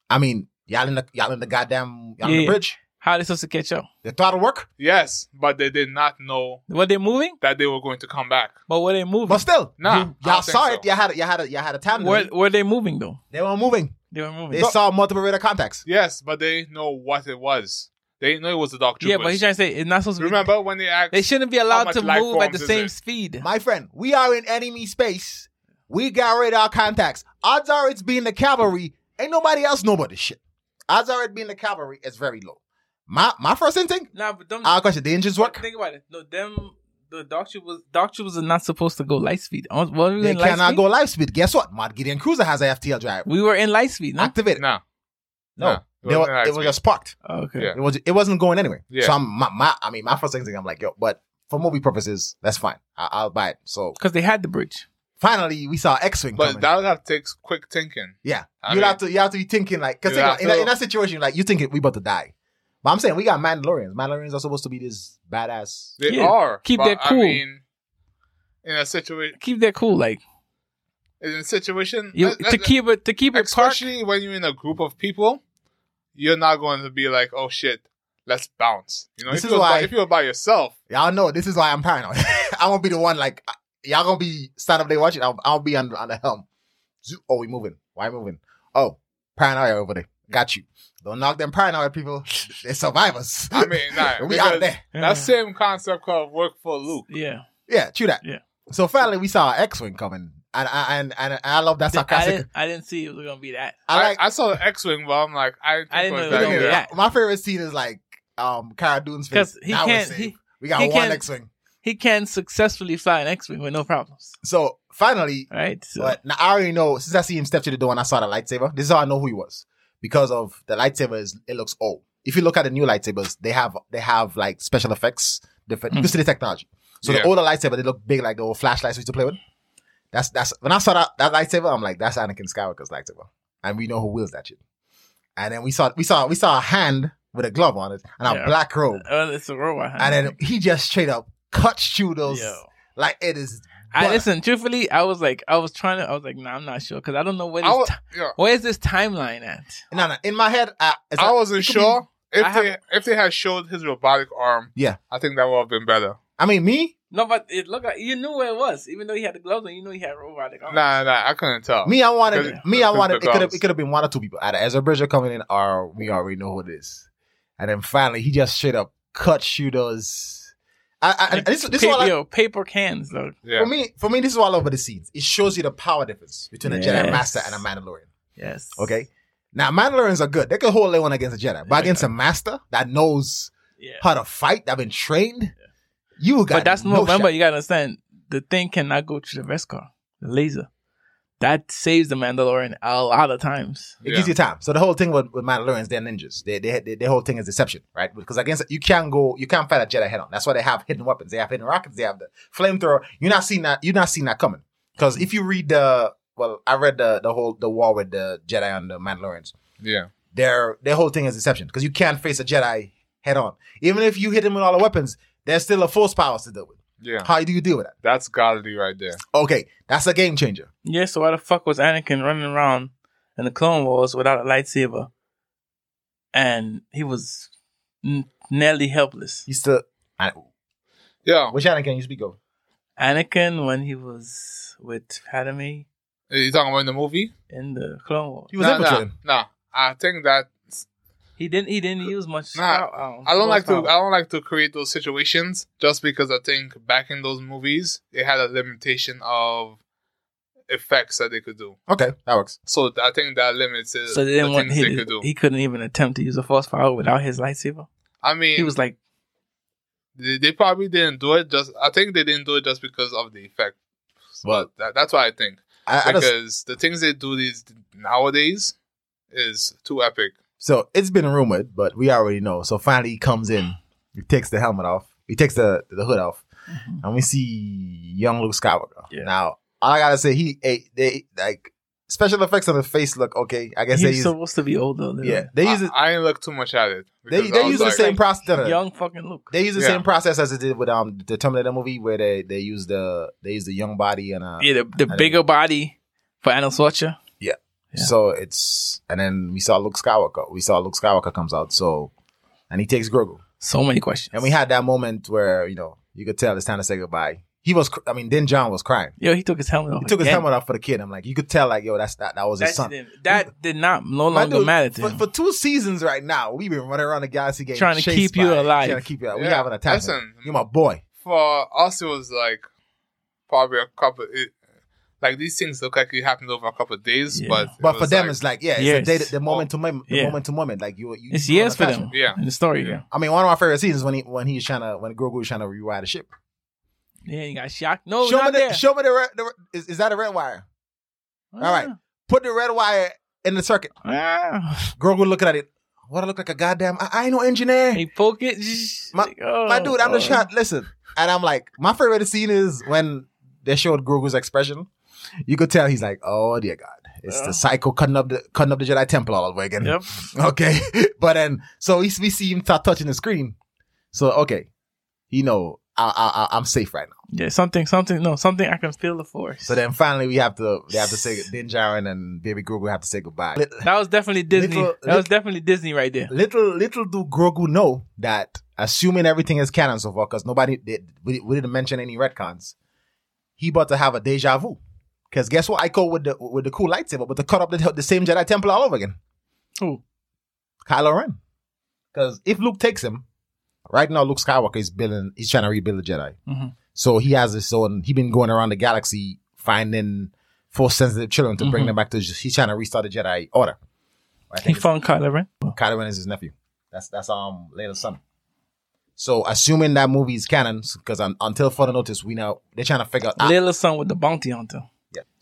Speaker 1: I mean, y'all in the y'all in the goddamn y'all in the
Speaker 2: Yeah.
Speaker 1: bridge.
Speaker 2: How they supposed to catch up?
Speaker 1: The throttle work,
Speaker 3: Yes, but they did not know
Speaker 2: Were they moving?
Speaker 3: that they were going to come back.
Speaker 2: But were they moving?
Speaker 1: but still,
Speaker 3: Nah,
Speaker 1: you-
Speaker 3: I
Speaker 1: y'all
Speaker 3: don't think
Speaker 1: saw
Speaker 3: so.
Speaker 1: it. Y'all had a, y'all had a, y'all had a time.
Speaker 2: Were,
Speaker 1: limit.
Speaker 2: were they moving though?
Speaker 1: They were moving.
Speaker 2: They were moving.
Speaker 1: They saw multiple radar contacts.
Speaker 3: Yes, but they didn't know what it was. They didn't know it was the Dark Troopers.
Speaker 2: yeah, but he's trying to say it's not supposed to.
Speaker 3: Remember when they asked?
Speaker 2: be, they shouldn't be
Speaker 3: much
Speaker 2: allowed to
Speaker 3: life
Speaker 2: move at
Speaker 3: forms
Speaker 2: the
Speaker 3: is
Speaker 2: same
Speaker 3: it?
Speaker 2: speed.
Speaker 1: My friend, we are in enemy space. We got radar contacts. Odds are it's being the cavalry. Ain't nobody else know about this shit. Odds are it being the cavalry is very low. My my first instinct,
Speaker 2: Nah, but them.
Speaker 1: our question, the engines
Speaker 2: but
Speaker 1: work.
Speaker 2: Think about it. No, them. The dark was dark tubes are not supposed to go light speed. Uh, What were we
Speaker 1: They
Speaker 2: in light
Speaker 1: cannot
Speaker 2: speed?
Speaker 1: go live speed. Guess what? Mod Gideon Cruiser has a FTL drive.
Speaker 2: We were in light speed. No?
Speaker 1: Activate it.
Speaker 3: No.
Speaker 1: No. They were-
Speaker 3: wasn't an
Speaker 1: it was
Speaker 3: accident.
Speaker 1: just parked.
Speaker 2: Oh, Okay.
Speaker 3: Yeah.
Speaker 1: It was it wasn't going anywhere.
Speaker 3: Yeah.
Speaker 1: So I'm my, my I mean my first instinct I'm like yo, but for movie purposes that's fine. I, I'll buy it. So
Speaker 2: Because they had the bridge.
Speaker 1: finally we saw X-wing.
Speaker 3: but
Speaker 1: coming.
Speaker 3: that would have takes quick thinking.
Speaker 1: yeah,
Speaker 3: I
Speaker 1: you
Speaker 3: mean-
Speaker 1: have to you have to be thinking like because
Speaker 3: You
Speaker 1: in,
Speaker 3: have
Speaker 1: a-
Speaker 3: to-
Speaker 1: in that situation like you thinking we about to die. But I'm saying we got Mandalorians. Mandalorians are supposed to be this badass.
Speaker 3: They
Speaker 2: Yeah.
Speaker 3: are.
Speaker 2: Keep
Speaker 3: but
Speaker 2: that cool.
Speaker 3: I mean, in a situation,
Speaker 2: Keep that cool. Like
Speaker 3: in a situation,
Speaker 2: you,
Speaker 3: that- that-
Speaker 2: to keep it to keep it parked.
Speaker 3: especially when you're in a group of people, you're not going to be like, "Oh shit, let's bounce." You know,
Speaker 1: This
Speaker 3: if
Speaker 1: is
Speaker 3: you're,
Speaker 1: why-
Speaker 3: by, if you're by yourself,
Speaker 1: Y'all know this is why I'm paranoid. [laughs] I won't be the one like uh, y'all gonna be stand up there watching. I'll, I'll be on on the helm. Zoo- Oh, we moving? Why moving? Oh, paranoia over there. Got you. Don't knock them paranoid
Speaker 3: [laughs]
Speaker 1: people. They're survivors. [laughs]
Speaker 3: I mean, nah,
Speaker 1: we
Speaker 3: because
Speaker 1: out there.
Speaker 3: That same concept called work for Luke.
Speaker 2: Yeah.
Speaker 1: Yeah, true that.
Speaker 2: Yeah.
Speaker 1: So finally, we saw X Wing coming, and and and, and I love that
Speaker 2: I
Speaker 1: sarcastic.
Speaker 2: didn't, I didn't see it was gonna be that.
Speaker 1: I,
Speaker 3: I,
Speaker 1: like.
Speaker 3: I saw the X-wing, but I'm like, I,
Speaker 2: I didn't
Speaker 3: think
Speaker 2: know
Speaker 3: it
Speaker 2: it
Speaker 3: was
Speaker 2: was
Speaker 3: that
Speaker 2: gonna be
Speaker 3: either.
Speaker 2: that.
Speaker 1: my favorite scene is like um Cara Dune's face.
Speaker 2: Because he
Speaker 1: Now we're
Speaker 2: can't
Speaker 1: safe.
Speaker 2: he,
Speaker 1: we got
Speaker 2: he
Speaker 1: one
Speaker 2: can't-
Speaker 1: X Wing.
Speaker 2: he can successfully fly an X Wing with no problems.
Speaker 1: So finally,
Speaker 2: Right? So
Speaker 1: but now I already know since I see him step to the door and I saw the lightsaber. This is how I know who he was because of the lightsaber. Is, it looks old. If you look at the new lightsabers, they have they have like special effects different
Speaker 2: Hmm.
Speaker 1: due to the technology. So
Speaker 3: Yeah.
Speaker 1: the older lightsaber they look big like the old flashlights we used to play with. That's that's when I saw that, that lightsaber, I'm like, that's Anakin Skywalker's lightsaber, and we know who wields that shit. And then we saw we saw we saw a hand with a glove on it and a
Speaker 2: Yeah.
Speaker 1: black robe,
Speaker 2: Oh, it's a robot.
Speaker 1: and then he just straight up cuts through those
Speaker 2: Yo.
Speaker 1: like it is.
Speaker 2: I
Speaker 1: but-
Speaker 2: listen. Truthfully, I was like, I was trying to. I was like, nah, I'm not sure because I don't know where
Speaker 3: I
Speaker 2: this.
Speaker 3: was,
Speaker 2: ti-
Speaker 3: yeah,
Speaker 2: where is this timeline at?
Speaker 1: No, no. In my head, I, it's
Speaker 3: I wasn't
Speaker 1: could be-
Speaker 3: sure if
Speaker 2: I have-
Speaker 3: they if they had showed his robotic arm.
Speaker 1: Yeah.
Speaker 3: I think that would have been better.
Speaker 1: I mean, me,
Speaker 2: No, but it looked like you knew where it was, even though he had the gloves on. You knew he had robotic arms.
Speaker 3: Nah, nah, I couldn't tell.
Speaker 1: Me, I wanted.
Speaker 3: Oh, Because-
Speaker 1: Me, I
Speaker 3: because
Speaker 1: wanted.
Speaker 3: the
Speaker 1: It could have.
Speaker 3: gods.
Speaker 1: It could have been one or two people. Either Ezra Bridger coming in, or we already know who it is. And then finally, he just straight up cut shooters. I, I, and this, this is
Speaker 2: paper,
Speaker 1: all I,
Speaker 2: yo, paper cans though.
Speaker 3: yeah,
Speaker 1: for me. For me, this is all over the scenes. It shows you the power difference between a Jedi
Speaker 2: Yes.
Speaker 1: Master and a Mandalorian.
Speaker 2: Yes.
Speaker 1: Okay. Now, Mandalorians are good. They can hold their own against a Jedi, but
Speaker 2: Yeah.
Speaker 1: against a Master that knows
Speaker 2: Yeah.
Speaker 1: how to fight, that been trained, you got.
Speaker 2: But that's
Speaker 1: no.
Speaker 2: November.
Speaker 1: shot.
Speaker 2: You gotta understand. The thing cannot go through the vest car. The laser. That saves the Mandalorian a lot of times.
Speaker 1: It
Speaker 3: Yeah.
Speaker 1: gives you time. So the whole thing with, with Mandalorians, they're ninjas. They, they, they, their whole thing is deception, right? Because against you can't go, you can't fight a Jedi head on. That's why they have hidden weapons. They have hidden rockets. They have the flamethrower. You're not seeing that. You're not seeing that coming. Because if you read the, well, I read the the whole the war with the Jedi and the Mandalorians.
Speaker 3: yeah,
Speaker 1: Their their whole thing is deception. Because you can't face a Jedi head on. Even if you hit him with all the weapons, there's still a force powers to deal with.
Speaker 3: yeah.
Speaker 1: How do you deal with that?
Speaker 3: That's godly right there.
Speaker 1: Okay, that's a game changer.
Speaker 2: Yeah, so why the fuck was Anakin running around in the Clone Wars without a lightsaber? And he was n- nearly helpless.
Speaker 1: You still, I,
Speaker 3: Yeah,
Speaker 1: which Anakin you speak of?
Speaker 2: Anakin, when he was with Padme
Speaker 3: you talking about in the movie?
Speaker 2: in the Clone Wars,
Speaker 1: He was
Speaker 3: nah, nah,
Speaker 1: infiltrating.
Speaker 3: nah. I think that
Speaker 2: he didn't he didn't use much.
Speaker 3: Nah,
Speaker 2: pow- um,
Speaker 3: I don't like to.
Speaker 2: horsepower.
Speaker 3: I don't like to create those situations just because I think back in those movies they had a limitation of effects that they could do.
Speaker 1: Okay, that works.
Speaker 3: So I think that limits it,
Speaker 2: So they didn't
Speaker 3: the
Speaker 2: want
Speaker 3: things
Speaker 2: he,
Speaker 3: they could do.
Speaker 2: he couldn't even attempt to use a force power without his lightsaber.
Speaker 3: I mean,
Speaker 2: He was like,
Speaker 3: they, they probably didn't do it. Just I think they didn't do it just because of the effect.
Speaker 1: Well,
Speaker 3: That, that's what I think.
Speaker 1: I, I just,
Speaker 3: because the things they do these nowadays is too epic.
Speaker 1: So it's been rumored, but we already know. So finally, he comes in. He takes the helmet off. He takes the, the hood off,
Speaker 2: Mhm.
Speaker 1: and we see young Luke Skywalker.
Speaker 2: Yeah.
Speaker 1: Now, all I gotta say, he eh, they like special effects on the face look okay. I guess they
Speaker 2: he's
Speaker 1: use
Speaker 2: supposed to be older. literally.
Speaker 1: yeah they use
Speaker 3: I,
Speaker 1: it
Speaker 3: I didn't look too much at it.
Speaker 1: they
Speaker 3: because I
Speaker 1: they
Speaker 3: was
Speaker 1: use the
Speaker 3: like-
Speaker 1: same process. no, no, no.
Speaker 2: young fucking Luke.
Speaker 1: They use the
Speaker 3: Yeah.
Speaker 1: same process as they did with um the Terminator movie where they they use the they use the young body and uh
Speaker 2: yeah, the, the
Speaker 1: don't
Speaker 2: bigger
Speaker 1: know.
Speaker 2: body for Arnold Schwarzenegger. Yeah.
Speaker 1: so it's and then we saw Luke Skywalker. We saw Luke Skywalker comes out. So and he takes Grogu.
Speaker 2: So many questions.
Speaker 1: And we had that moment where, you know, you could tell it's time to say goodbye. He was, cr- I mean, then John was crying.
Speaker 2: Yo, he took his helmet off.
Speaker 1: He took his
Speaker 2: again.
Speaker 1: helmet off for the kid. I'm like, you could tell, like, yo, that's that, that was his
Speaker 2: That,
Speaker 1: son.
Speaker 2: didn't- that did not no
Speaker 1: My
Speaker 2: longer
Speaker 1: dude,
Speaker 2: matter to
Speaker 1: for,
Speaker 2: him.
Speaker 1: for two seasons right now, we've been running around the galaxy game
Speaker 2: Trying to
Speaker 1: chased
Speaker 2: keep you
Speaker 1: by-
Speaker 2: alive.
Speaker 1: Trying to keep you alive. We
Speaker 3: Yeah,
Speaker 1: have an attachment.
Speaker 3: listen.
Speaker 1: You're my boy.
Speaker 3: for us it was like probably a couple it, Like these things look like it happened over a couple of days,
Speaker 2: Yeah.
Speaker 3: but it
Speaker 1: But for
Speaker 3: was
Speaker 1: them,
Speaker 3: like- Oh.
Speaker 1: it's like yeah, it's
Speaker 2: Yes.
Speaker 1: the, day, the moment to moment, the
Speaker 2: Yeah.
Speaker 1: moment to moment. Like you, you
Speaker 2: It's
Speaker 1: you
Speaker 2: years for
Speaker 1: attach
Speaker 2: them.
Speaker 1: [laughs]
Speaker 3: yeah,
Speaker 2: In the story, yeah.
Speaker 1: I mean, one of my favorite scenes is when he when he's trying to when Grogu is trying to rewire the ship.
Speaker 2: Yeah, you got shocked. No,
Speaker 1: show me
Speaker 2: Oh, not
Speaker 1: the
Speaker 2: there.
Speaker 1: show me the, red, the red- is, is that a red wire? All right. Put the red wire in the circuit.
Speaker 2: Ah.
Speaker 1: Grogu looking at it. What I look like a goddamn? I, I ain't no engineer.
Speaker 2: He poke it. zzz,
Speaker 1: My-
Speaker 2: like, oh,
Speaker 1: my dude, I'm just
Speaker 2: oh.
Speaker 1: trying. Listen, and I'm like, my favorite scene is when they showed Grogu's expression. You could tell he's like, "Oh dear God, it's
Speaker 2: Yeah.
Speaker 1: the psycho cutting up the cutting up the Jedi Temple all over again."
Speaker 2: Yep.
Speaker 1: [laughs] Okay, but then so we, we see him start touching the screen. So okay, you know, I, I, I I'm safe right now.
Speaker 2: Yeah, something, something, no, something I can feel the force.
Speaker 1: So then finally we have to they have to
Speaker 2: [sighs]
Speaker 1: say Din Djarin and Baby Grogu have to say goodbye. Lit-
Speaker 2: that was definitely Disney.
Speaker 1: Little-
Speaker 2: that was definitely Disney right there.
Speaker 1: Little little do Grogu know that assuming everything is canon so far, because nobody did we, we didn't mention any retcons, he about to have a deja vu. Because guess what? I go with the with the cool lightsaber, but to cut up the, the same Jedi temple all over again.
Speaker 2: Who?
Speaker 1: Kylo Ren. Because if Luke takes him, right now Luke Skywalker is building, he's trying to rebuild the Jedi.
Speaker 2: Mhm.
Speaker 1: So he has his own. He been going around the galaxy finding force sensitive children to bring
Speaker 2: Mhm.
Speaker 1: them back to. He's trying to restart the Jedi Order. I
Speaker 2: He
Speaker 1: think it's-
Speaker 2: found Kylo Ren.
Speaker 1: Kylo Ren is his nephew. That's that's um Leia's son. So assuming that movie is canon, because un, until further notice, we now they're trying to figure out.
Speaker 2: Lila's son with the bounty hunter.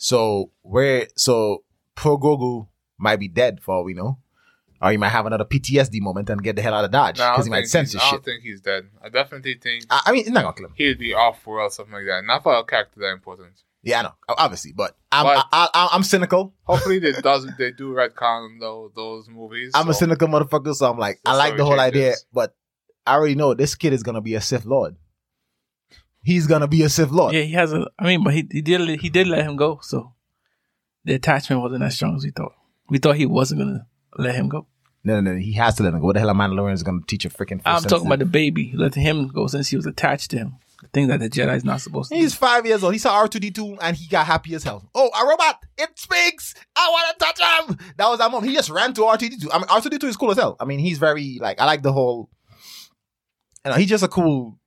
Speaker 1: So where so Pro Grogu might be dead for all we know, or he might have another PTSD moment and get the hell out of Dodge
Speaker 3: No, I
Speaker 1: because
Speaker 3: don't
Speaker 1: he might
Speaker 3: think
Speaker 1: sense his
Speaker 3: he's- I
Speaker 1: shit.
Speaker 3: don't think he's dead. I definitely think
Speaker 1: I, I mean, it's not gonna kill him.
Speaker 3: he'd be off world something like that. Not for a character that important.
Speaker 1: Yeah, I know, obviously, but I'm
Speaker 3: But-
Speaker 1: I, I, I'm cynical.
Speaker 3: Hopefully
Speaker 1: [laughs]
Speaker 3: they doesn't they do retcon though those movies.
Speaker 1: I'm a
Speaker 3: so-
Speaker 1: cynical motherfucker, so I'm like, I
Speaker 3: So
Speaker 1: like the whole
Speaker 3: reject
Speaker 1: idea,
Speaker 3: this.
Speaker 1: but I already know this kid is gonna be a Sith Lord. He's gonna be a Sith Lord.
Speaker 2: Yeah, he has a. I mean, but he, he did he did let him go. So the attachment wasn't as strong as we thought. We thought he wasn't gonna let him go.
Speaker 1: No, no, no. He has to let him go. What the hell, a Mandalorian is gonna teach a freaking?
Speaker 2: I'm
Speaker 1: Force
Speaker 2: talking
Speaker 1: sensitive-
Speaker 2: about the baby letting him go since he was attached to him. The thing that the Jedi's not supposed to. do.
Speaker 1: He's five years old. He saw R2D2 and he got happy as hell. Oh, a robot! It speaks! I want to touch him! That was that moment. He just ran to R2D2. I mean, R2D2 is cool as hell. I mean, he's very, like, I like the whole. You know, he's just a cool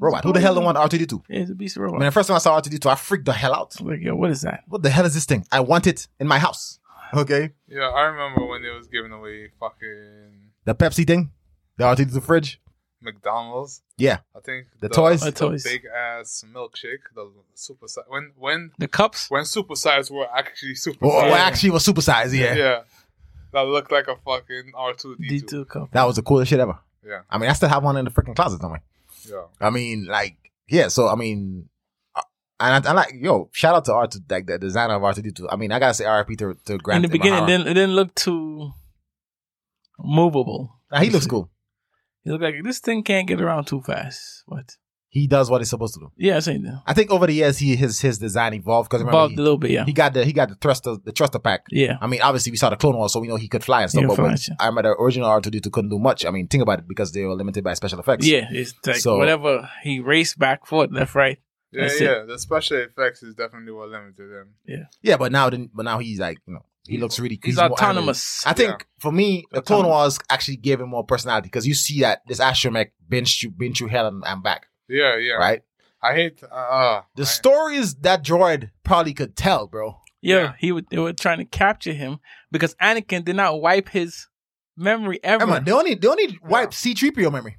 Speaker 1: robot. Who the hell don't want R2D2?
Speaker 2: Yeah, he's a beast of
Speaker 1: I
Speaker 2: robot.
Speaker 1: mean, the first time I saw R2D2, I freaked the hell out.
Speaker 2: Like, yo, what is that?
Speaker 1: What the hell is this thing? I want it in my house. Okay.
Speaker 3: Yeah, I remember when they was giving away fucking
Speaker 1: The Pepsi thing, the R2D2 fridge.
Speaker 3: McDonald's.
Speaker 1: Yeah.
Speaker 3: I think
Speaker 1: The toys?
Speaker 2: The toys.
Speaker 3: big ass milkshake, the super size. When when
Speaker 2: The cups.
Speaker 3: when super size were actually super.
Speaker 1: Well,
Speaker 3: size.
Speaker 1: well, Oh, actually, it was supersized, yeah.
Speaker 3: yeah, that looked like a fucking R two D
Speaker 2: D
Speaker 3: two.
Speaker 2: two cup.
Speaker 1: That was the coolest shit ever.
Speaker 3: Yeah,
Speaker 1: I mean, I still have one in the freaking closet, don't I?
Speaker 3: yeah.
Speaker 1: I mean, like, yeah. So I mean, uh, and I, I like, yo, shout out to R two, like the designer of R two D two. I mean, I gotta say RIP to to
Speaker 2: In
Speaker 1: Grant.
Speaker 2: the beginning, it
Speaker 1: Imahara.
Speaker 2: didn't, it didn't look too movable.
Speaker 1: Nah, he looks cool.
Speaker 2: He looked like this thing can't get around too fast. But
Speaker 1: He does what he's supposed to do.
Speaker 2: yeah, I seen that.
Speaker 1: I think over the years, he his his design evolved because remember
Speaker 2: Evolved a
Speaker 1: he,
Speaker 2: little bit, yeah.
Speaker 1: he got the he got the thruster the thruster pack.
Speaker 2: Yeah.
Speaker 1: I mean, obviously we saw the Clone Wars, so we know he could fly and stuff.
Speaker 2: He could
Speaker 1: but when,
Speaker 2: fly, yeah.
Speaker 1: I remember the original R two D two couldn't do much. I mean, think about it because they were limited by special effects.
Speaker 2: Yeah, it's like
Speaker 1: So-
Speaker 2: whatever he raced back, forth, left, right.
Speaker 3: Yeah,
Speaker 2: That's it.
Speaker 3: yeah. The special effects is definitely what limited them.
Speaker 1: yeah. But now, then, but now he's like, you know, he looks really.
Speaker 2: He's,
Speaker 1: more animated.
Speaker 2: autonomous.
Speaker 1: I think
Speaker 3: Yeah.
Speaker 1: for me, the Clone
Speaker 2: Autonomous.
Speaker 1: Wars actually gave him more personality because you see that this astromech been through, been through hell and, and back,
Speaker 3: Yeah, yeah.
Speaker 1: right?
Speaker 3: I hate. Uh, uh,
Speaker 1: The
Speaker 3: I-
Speaker 1: stories that droid probably could tell, bro.
Speaker 2: yeah,
Speaker 3: yeah.
Speaker 2: he would. They were trying to capture him because Anakin did not wipe his memory ever.
Speaker 1: Emma, they only they only wiped C three PO memory,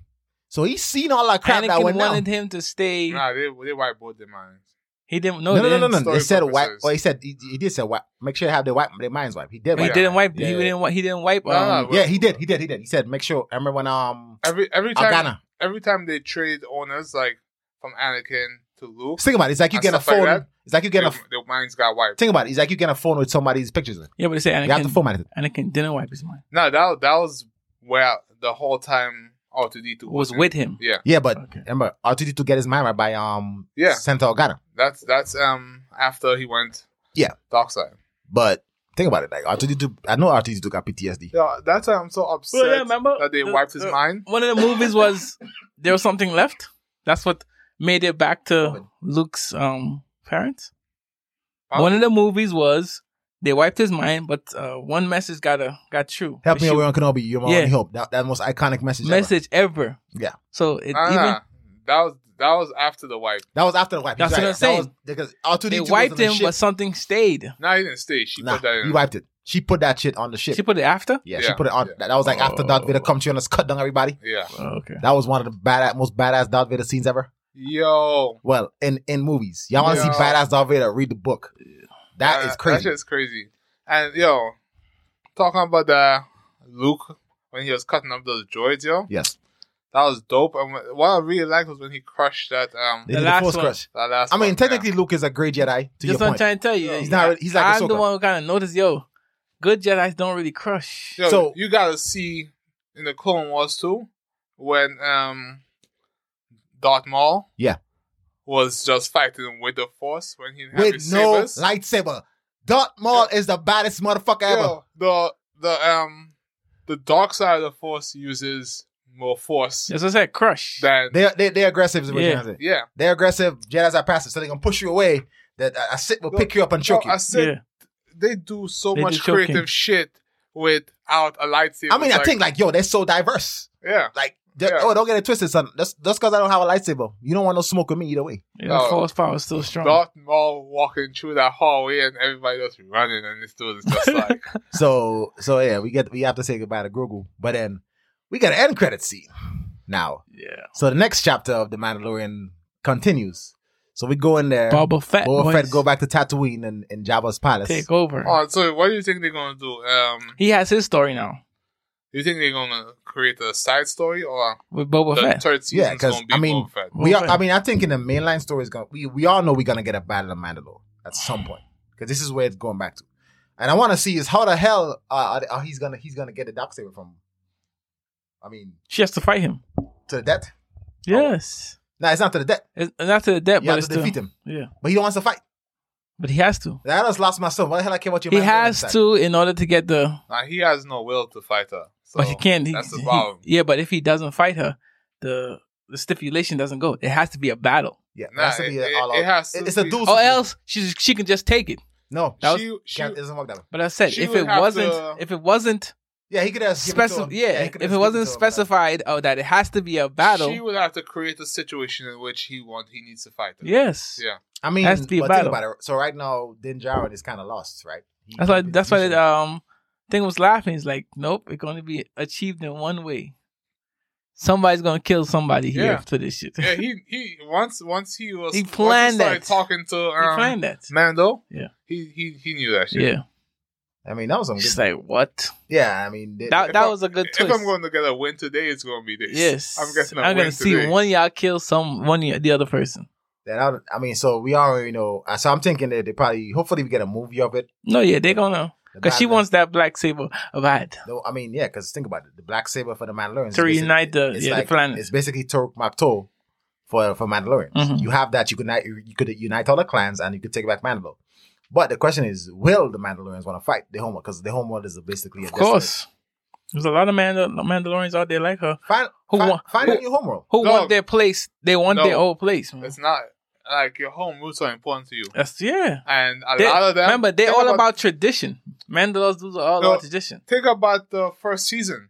Speaker 1: so he's seen all that crap that
Speaker 2: Anakin
Speaker 1: went down.
Speaker 2: wanted him to stay.
Speaker 3: Nah, they they wipe both their minds.
Speaker 2: He didn't.
Speaker 1: No,
Speaker 2: No,
Speaker 1: no, no, no,
Speaker 2: no,
Speaker 1: no. They
Speaker 3: story
Speaker 1: said wipe.
Speaker 3: purposes.
Speaker 1: Or he said he, he did say wipe. Make sure they have their wipe. Their minds wiped. He did.
Speaker 2: He
Speaker 1: Wipe.
Speaker 3: Yeah.
Speaker 2: didn't wipe.
Speaker 1: Yeah,
Speaker 2: He
Speaker 1: yeah.
Speaker 2: didn't. wi- He didn't wipe. Um,
Speaker 3: Nah,
Speaker 1: Yeah, he did. He did. He did. He said make sure. I remember when um
Speaker 3: Every every time
Speaker 1: Organa.
Speaker 3: every time they trade owners like from Anakin to Luke,
Speaker 1: Think about it. It's like you
Speaker 3: And
Speaker 1: get a
Speaker 3: stuff like
Speaker 1: phone.
Speaker 3: that.
Speaker 1: it's like you get
Speaker 3: their,
Speaker 1: a.
Speaker 3: their minds got wiped.
Speaker 1: Think about it. It's like you get a phone with somebody's pictures. In. it.
Speaker 2: yeah, but they say
Speaker 1: You have to
Speaker 2: Anakin.
Speaker 1: format it.
Speaker 2: Anakin didn't wipe his mind.
Speaker 3: No, that that was where the whole time R two D two
Speaker 2: Was with him.
Speaker 3: Yeah,
Speaker 1: Yeah, but
Speaker 2: Okay.
Speaker 1: Remember, R2D2 to get his mind right by um
Speaker 3: Yeah.
Speaker 1: Santa Organa.
Speaker 3: that's that's um after he went.
Speaker 1: Yeah.
Speaker 3: dark side.
Speaker 1: But think about it, like R2D2, I know R2D2 got PTSD.
Speaker 3: Yeah, that's why I'm so upset
Speaker 2: Well, yeah, remember
Speaker 3: that they
Speaker 2: the-
Speaker 3: wiped his
Speaker 2: the-
Speaker 3: mind.
Speaker 2: One of the movies
Speaker 3: [laughs]
Speaker 2: was there was something left. That's what made it back to Luke's um parents.
Speaker 3: Huh?
Speaker 2: One of the movies was they wiped his mind, but uh, one message got a, got through.
Speaker 1: Help me,
Speaker 2: Shoot.
Speaker 1: Obi-Wan Kenobi, you're my
Speaker 2: Yeah.
Speaker 1: only hope. That, that most iconic message. ever.
Speaker 2: message ever.
Speaker 3: Ah.
Speaker 1: Yeah.
Speaker 2: So it
Speaker 3: Nah,
Speaker 2: even
Speaker 3: that was That was after the wipe.
Speaker 1: That was after the wipe.
Speaker 2: That's
Speaker 1: He's
Speaker 2: what I'm
Speaker 1: That
Speaker 2: saying.
Speaker 1: was- because R2D2
Speaker 2: They
Speaker 1: was
Speaker 2: wiped
Speaker 1: on the
Speaker 2: him,
Speaker 1: ship.
Speaker 2: but something stayed.
Speaker 3: No, he didn't stay. She
Speaker 1: Nah,
Speaker 3: put that in.
Speaker 1: we wiped it. She put that shit on the ship.
Speaker 2: She put it after.
Speaker 1: yeah, she
Speaker 3: Yeah, Oh.
Speaker 1: put it on. That was like after Darth Vader come to you and us cut down everybody.
Speaker 3: Yeah.
Speaker 2: Oh, okay.
Speaker 1: That was one of the badass, most badass Darth Vader scenes ever.
Speaker 3: Yo.
Speaker 1: Well, in in movies, y'all want to
Speaker 3: Yeah.
Speaker 1: see badass Darth Vader? Read the book. That is
Speaker 3: That
Speaker 1: crazy.
Speaker 3: shit's crazy. And yo, talking about the Luke when he was cutting up those droids, yo,
Speaker 1: yes,
Speaker 3: that was dope. And wh- what I really liked was when he crushed that um
Speaker 1: they
Speaker 2: The
Speaker 1: did
Speaker 2: last
Speaker 1: the Force
Speaker 2: one.
Speaker 1: crush.
Speaker 3: that last.
Speaker 1: I mean,
Speaker 3: one,
Speaker 1: technically, Luke is a great Jedi. To
Speaker 2: Just
Speaker 1: your
Speaker 2: what I'm
Speaker 1: point,
Speaker 2: trying to tell you.
Speaker 1: He's not- he's like
Speaker 2: I'm the
Speaker 1: Ahsoka.
Speaker 2: one who kind of noticed. Yo, good Jedi's don't really crush.
Speaker 3: yeah. yo,
Speaker 1: so-
Speaker 3: you gotta see in the Clone Wars too when um Darth Maul
Speaker 1: Yeah.
Speaker 3: was just fighting with the Force when he had
Speaker 1: with
Speaker 3: his
Speaker 1: no
Speaker 3: sabers.
Speaker 1: lightsaber, Darth Maul is the baddest motherfucker ever.
Speaker 3: Yo, the the um the dark side of the Force uses more Force
Speaker 2: That's what I said. Crush.
Speaker 3: than
Speaker 1: They they they're aggressive. Is what
Speaker 2: Yeah.
Speaker 1: you're saying.
Speaker 3: yeah.
Speaker 1: They're aggressive. Jedi's are passive, so they gonna push you away. That a sit will
Speaker 3: Yo,
Speaker 1: pick you up and choke
Speaker 3: Yo, I
Speaker 1: you.
Speaker 3: said
Speaker 2: yeah.
Speaker 3: they do so
Speaker 2: They do
Speaker 3: much
Speaker 2: choking.
Speaker 3: creative shit without a lightsaber.
Speaker 1: I mean,
Speaker 3: It's
Speaker 1: I think like yo, they're so diverse.
Speaker 3: yeah,
Speaker 1: Like, they're-
Speaker 3: Yeah.
Speaker 1: oh, don't get it twisted, son. That's that's because I don't have a lightsaber. You don't want no smoke with me either way.
Speaker 2: yeah.
Speaker 3: No.
Speaker 2: The force power is still strong.
Speaker 3: Darth Maul walking through that hallway and everybody just running, and this dude is
Speaker 2: [laughs]
Speaker 3: just like,
Speaker 1: So so yeah, we get we have to say goodbye to Grogu, but then we get an end credit scene now.
Speaker 2: Yeah.
Speaker 1: So the next chapter of the Mandalorian continues. So we go in there.
Speaker 2: Boba Fett.
Speaker 1: Boba
Speaker 2: boys,
Speaker 1: Fett go back to Tatooine and in Jabba's palace.
Speaker 2: Take over.
Speaker 3: "Oh, so what do you think they're gonna do? Um,
Speaker 2: He has his story now
Speaker 3: do you think they're gonna create a side story or
Speaker 2: with Boba
Speaker 3: the
Speaker 2: Fett.
Speaker 3: third
Speaker 1: Yeah,
Speaker 3: season's
Speaker 1: 'cause,
Speaker 3: gonna be
Speaker 1: I mean-
Speaker 3: Boba Fett?
Speaker 1: we
Speaker 2: Boba
Speaker 1: are,
Speaker 2: Fett.
Speaker 1: I mean, I think in the mainline story is gonna we, we all know we're gonna get a battle of Mandalore at some point because this is where it's going back to, and I want to see is how the hell uh, are, are he's gonna he's gonna get the dark saber from. I mean,
Speaker 2: she has to fight him.
Speaker 1: to the death.
Speaker 2: Yes.
Speaker 1: No, it's not to the death.
Speaker 2: It's not to the death,
Speaker 1: You
Speaker 2: but
Speaker 1: have
Speaker 2: it's
Speaker 1: to
Speaker 2: to
Speaker 1: defeat him,
Speaker 2: Yeah.
Speaker 1: but he don't wants to fight.
Speaker 2: But he has to.
Speaker 1: I just lost my son. Why the hell I care what you?
Speaker 2: He has to in order to get the.
Speaker 3: Now he has no will to fight her, so
Speaker 2: but he can't. He,
Speaker 3: that's the
Speaker 2: he-
Speaker 3: problem.
Speaker 2: yeah, but if he doesn't fight her, the the stipulation doesn't go. It has to be a battle,
Speaker 1: Yeah, it
Speaker 3: Nah,
Speaker 1: has to be
Speaker 3: it-
Speaker 1: an
Speaker 3: it-
Speaker 1: all out.
Speaker 3: it has to
Speaker 1: it's a
Speaker 3: be-
Speaker 1: duel.
Speaker 2: or
Speaker 1: situation.
Speaker 2: Oh, else she she can just take it.
Speaker 1: no,
Speaker 2: That was-
Speaker 3: she, she,
Speaker 1: can't, it doesn't work that way.
Speaker 2: But I said
Speaker 3: She
Speaker 2: if
Speaker 3: would
Speaker 2: it
Speaker 3: have
Speaker 2: wasn't
Speaker 3: to-
Speaker 2: if it wasn't
Speaker 1: Yeah, he could have
Speaker 2: specified, yeah, if it wasn't specified, oh, that it has to be a battle.
Speaker 3: she would have to create a situation in which he want he needs to fight her.
Speaker 2: yes,
Speaker 3: Yeah.
Speaker 1: I mean,
Speaker 2: has to be a
Speaker 1: but think
Speaker 2: battle.
Speaker 1: about it. So right now, Din Djarin is kind of lost, right? He-
Speaker 2: that's why that's why
Speaker 1: he-
Speaker 2: the um thing was laughing. He's like, nope, it's going to be achieved in one way. Somebody's gonna kill somebody here
Speaker 3: Yeah.
Speaker 2: for this shit. [laughs]
Speaker 3: yeah, he he once once he was
Speaker 2: He
Speaker 3: once
Speaker 2: planned
Speaker 3: started
Speaker 2: that.
Speaker 3: talking to
Speaker 2: you
Speaker 3: um,
Speaker 2: find that?
Speaker 3: Mando.
Speaker 2: Yeah.
Speaker 3: he he he knew that shit.
Speaker 2: Yeah,
Speaker 1: I mean, that was some good.
Speaker 2: she's like, what?
Speaker 1: yeah, I mean, they-
Speaker 2: That
Speaker 3: If
Speaker 2: that
Speaker 3: I'm-
Speaker 2: was a good
Speaker 3: If
Speaker 2: twist.
Speaker 3: I'm going to get a win today, it's going to be this.
Speaker 2: Yes,
Speaker 3: I'm guessing a
Speaker 2: I'm
Speaker 3: win
Speaker 2: gonna see
Speaker 3: today.
Speaker 2: one of y'all kill some one of the other person.
Speaker 1: that I, don't- I mean, so we already know. uh, So I'm thinking that they probably, hopefully, we get a movie of it.
Speaker 2: No, yeah, they gonna
Speaker 1: The
Speaker 2: because she
Speaker 1: Mandalorian-
Speaker 2: wants that black saber bad
Speaker 1: No, I mean, yeah, because think about it. The black saber for the Mandalorians
Speaker 2: to
Speaker 1: is basic-
Speaker 2: reunite the
Speaker 1: it's
Speaker 2: yeah
Speaker 1: like-
Speaker 2: the planet.
Speaker 1: It's basically Turk Mapto for for Mandalorians.
Speaker 2: Mhm.
Speaker 1: You have that. You could ni- you could unite all the clans and you could take back Mandalore. But the question is, will the Mandalorians want to fight the homeworld? Because the homeworld is basically a
Speaker 2: Of course, there's a lot of Mandal- Mandalorians out there like her
Speaker 1: Find,
Speaker 2: Who
Speaker 1: find,
Speaker 2: want-
Speaker 1: find a
Speaker 2: who-
Speaker 1: new homeworld.
Speaker 2: who
Speaker 3: No.
Speaker 2: want their place. They want
Speaker 3: No.
Speaker 2: their old place. man.
Speaker 3: It's not like your home roots are important to you,
Speaker 2: That's yeah.
Speaker 3: and a
Speaker 2: They-
Speaker 3: lot of them.
Speaker 2: Remember, they're
Speaker 3: think
Speaker 2: all about, tradition. Mandalors dudes are all
Speaker 3: No.
Speaker 2: about tradition.
Speaker 3: Think about the first season.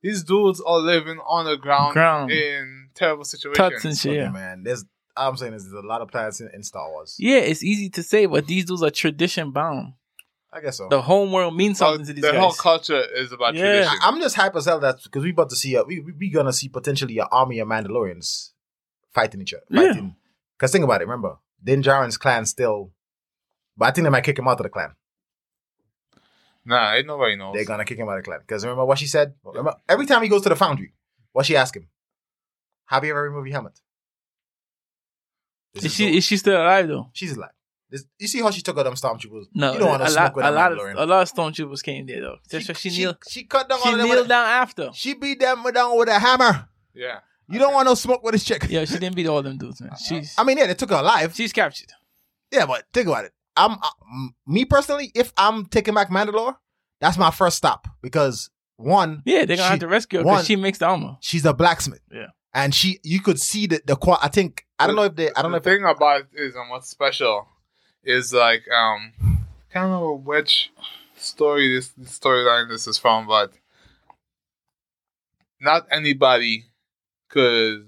Speaker 3: These dudes are living on the ground,
Speaker 2: Ground.
Speaker 3: in terrible situations.
Speaker 2: Tuts and shit.
Speaker 1: Okay,
Speaker 2: Yeah.
Speaker 1: man. There's all I'm saying is there's a lot of planets in, in Star Wars.
Speaker 2: yeah, it's easy to say, but these dudes are tradition bound.
Speaker 1: I guess so.
Speaker 2: The home world means
Speaker 3: So
Speaker 2: something to these
Speaker 3: their
Speaker 2: guys.
Speaker 3: Oh, whole culture is about
Speaker 2: Yeah.
Speaker 3: tradition.
Speaker 1: I, am just hype as hell that because we about to see a, we we we gonna see potentially an army of Mandalorians fighting each other.
Speaker 2: Yeah.
Speaker 1: Fighting. Cause think about it. Remember, Din Djarin's clan still, but I think they might kick him out of the clan.
Speaker 3: nah, ain't nobody knows.
Speaker 1: They're gonna kick him out of the clan. Because remember what she said? Remember, every time he goes to the foundry, what she asked him? Have you ever removed your helmet? This the-
Speaker 2: is she is she still alive though?
Speaker 1: she's like, this, you see how she took out them stormtroopers?
Speaker 2: No,
Speaker 1: you don't want
Speaker 2: a
Speaker 1: to
Speaker 2: lot,
Speaker 1: smoke with
Speaker 2: a
Speaker 1: a
Speaker 2: lot of
Speaker 1: Mandalorian.
Speaker 2: a lot of stormtroopers came there though. Just so she, kneeled,
Speaker 1: she, cut down
Speaker 2: she
Speaker 1: all of them.
Speaker 2: kneeled
Speaker 1: with a-
Speaker 2: down after.
Speaker 1: She beat them down with a hammer.
Speaker 3: yeah,
Speaker 1: You don't want no smoke with this chick.
Speaker 2: Yeah, she didn't beat all them dudes, man. She's
Speaker 1: I mean, yeah, they took her alive.
Speaker 2: she's captured.
Speaker 1: Yeah, but think about it. I'm I, m- me personally. If I'm taking back Mandalore, that's my first stop because one,
Speaker 2: Yeah, they're gonna
Speaker 1: She-
Speaker 2: have to rescue her
Speaker 1: one-
Speaker 2: because she makes the armor.
Speaker 1: she's a blacksmith.
Speaker 2: Yeah.
Speaker 1: and she, you could see the the qua I think I don't know if they. I don't know
Speaker 3: the
Speaker 1: if they,
Speaker 3: thing about it is, and what's special is like um, can't remember which story this, this storyline this is from, but not anybody could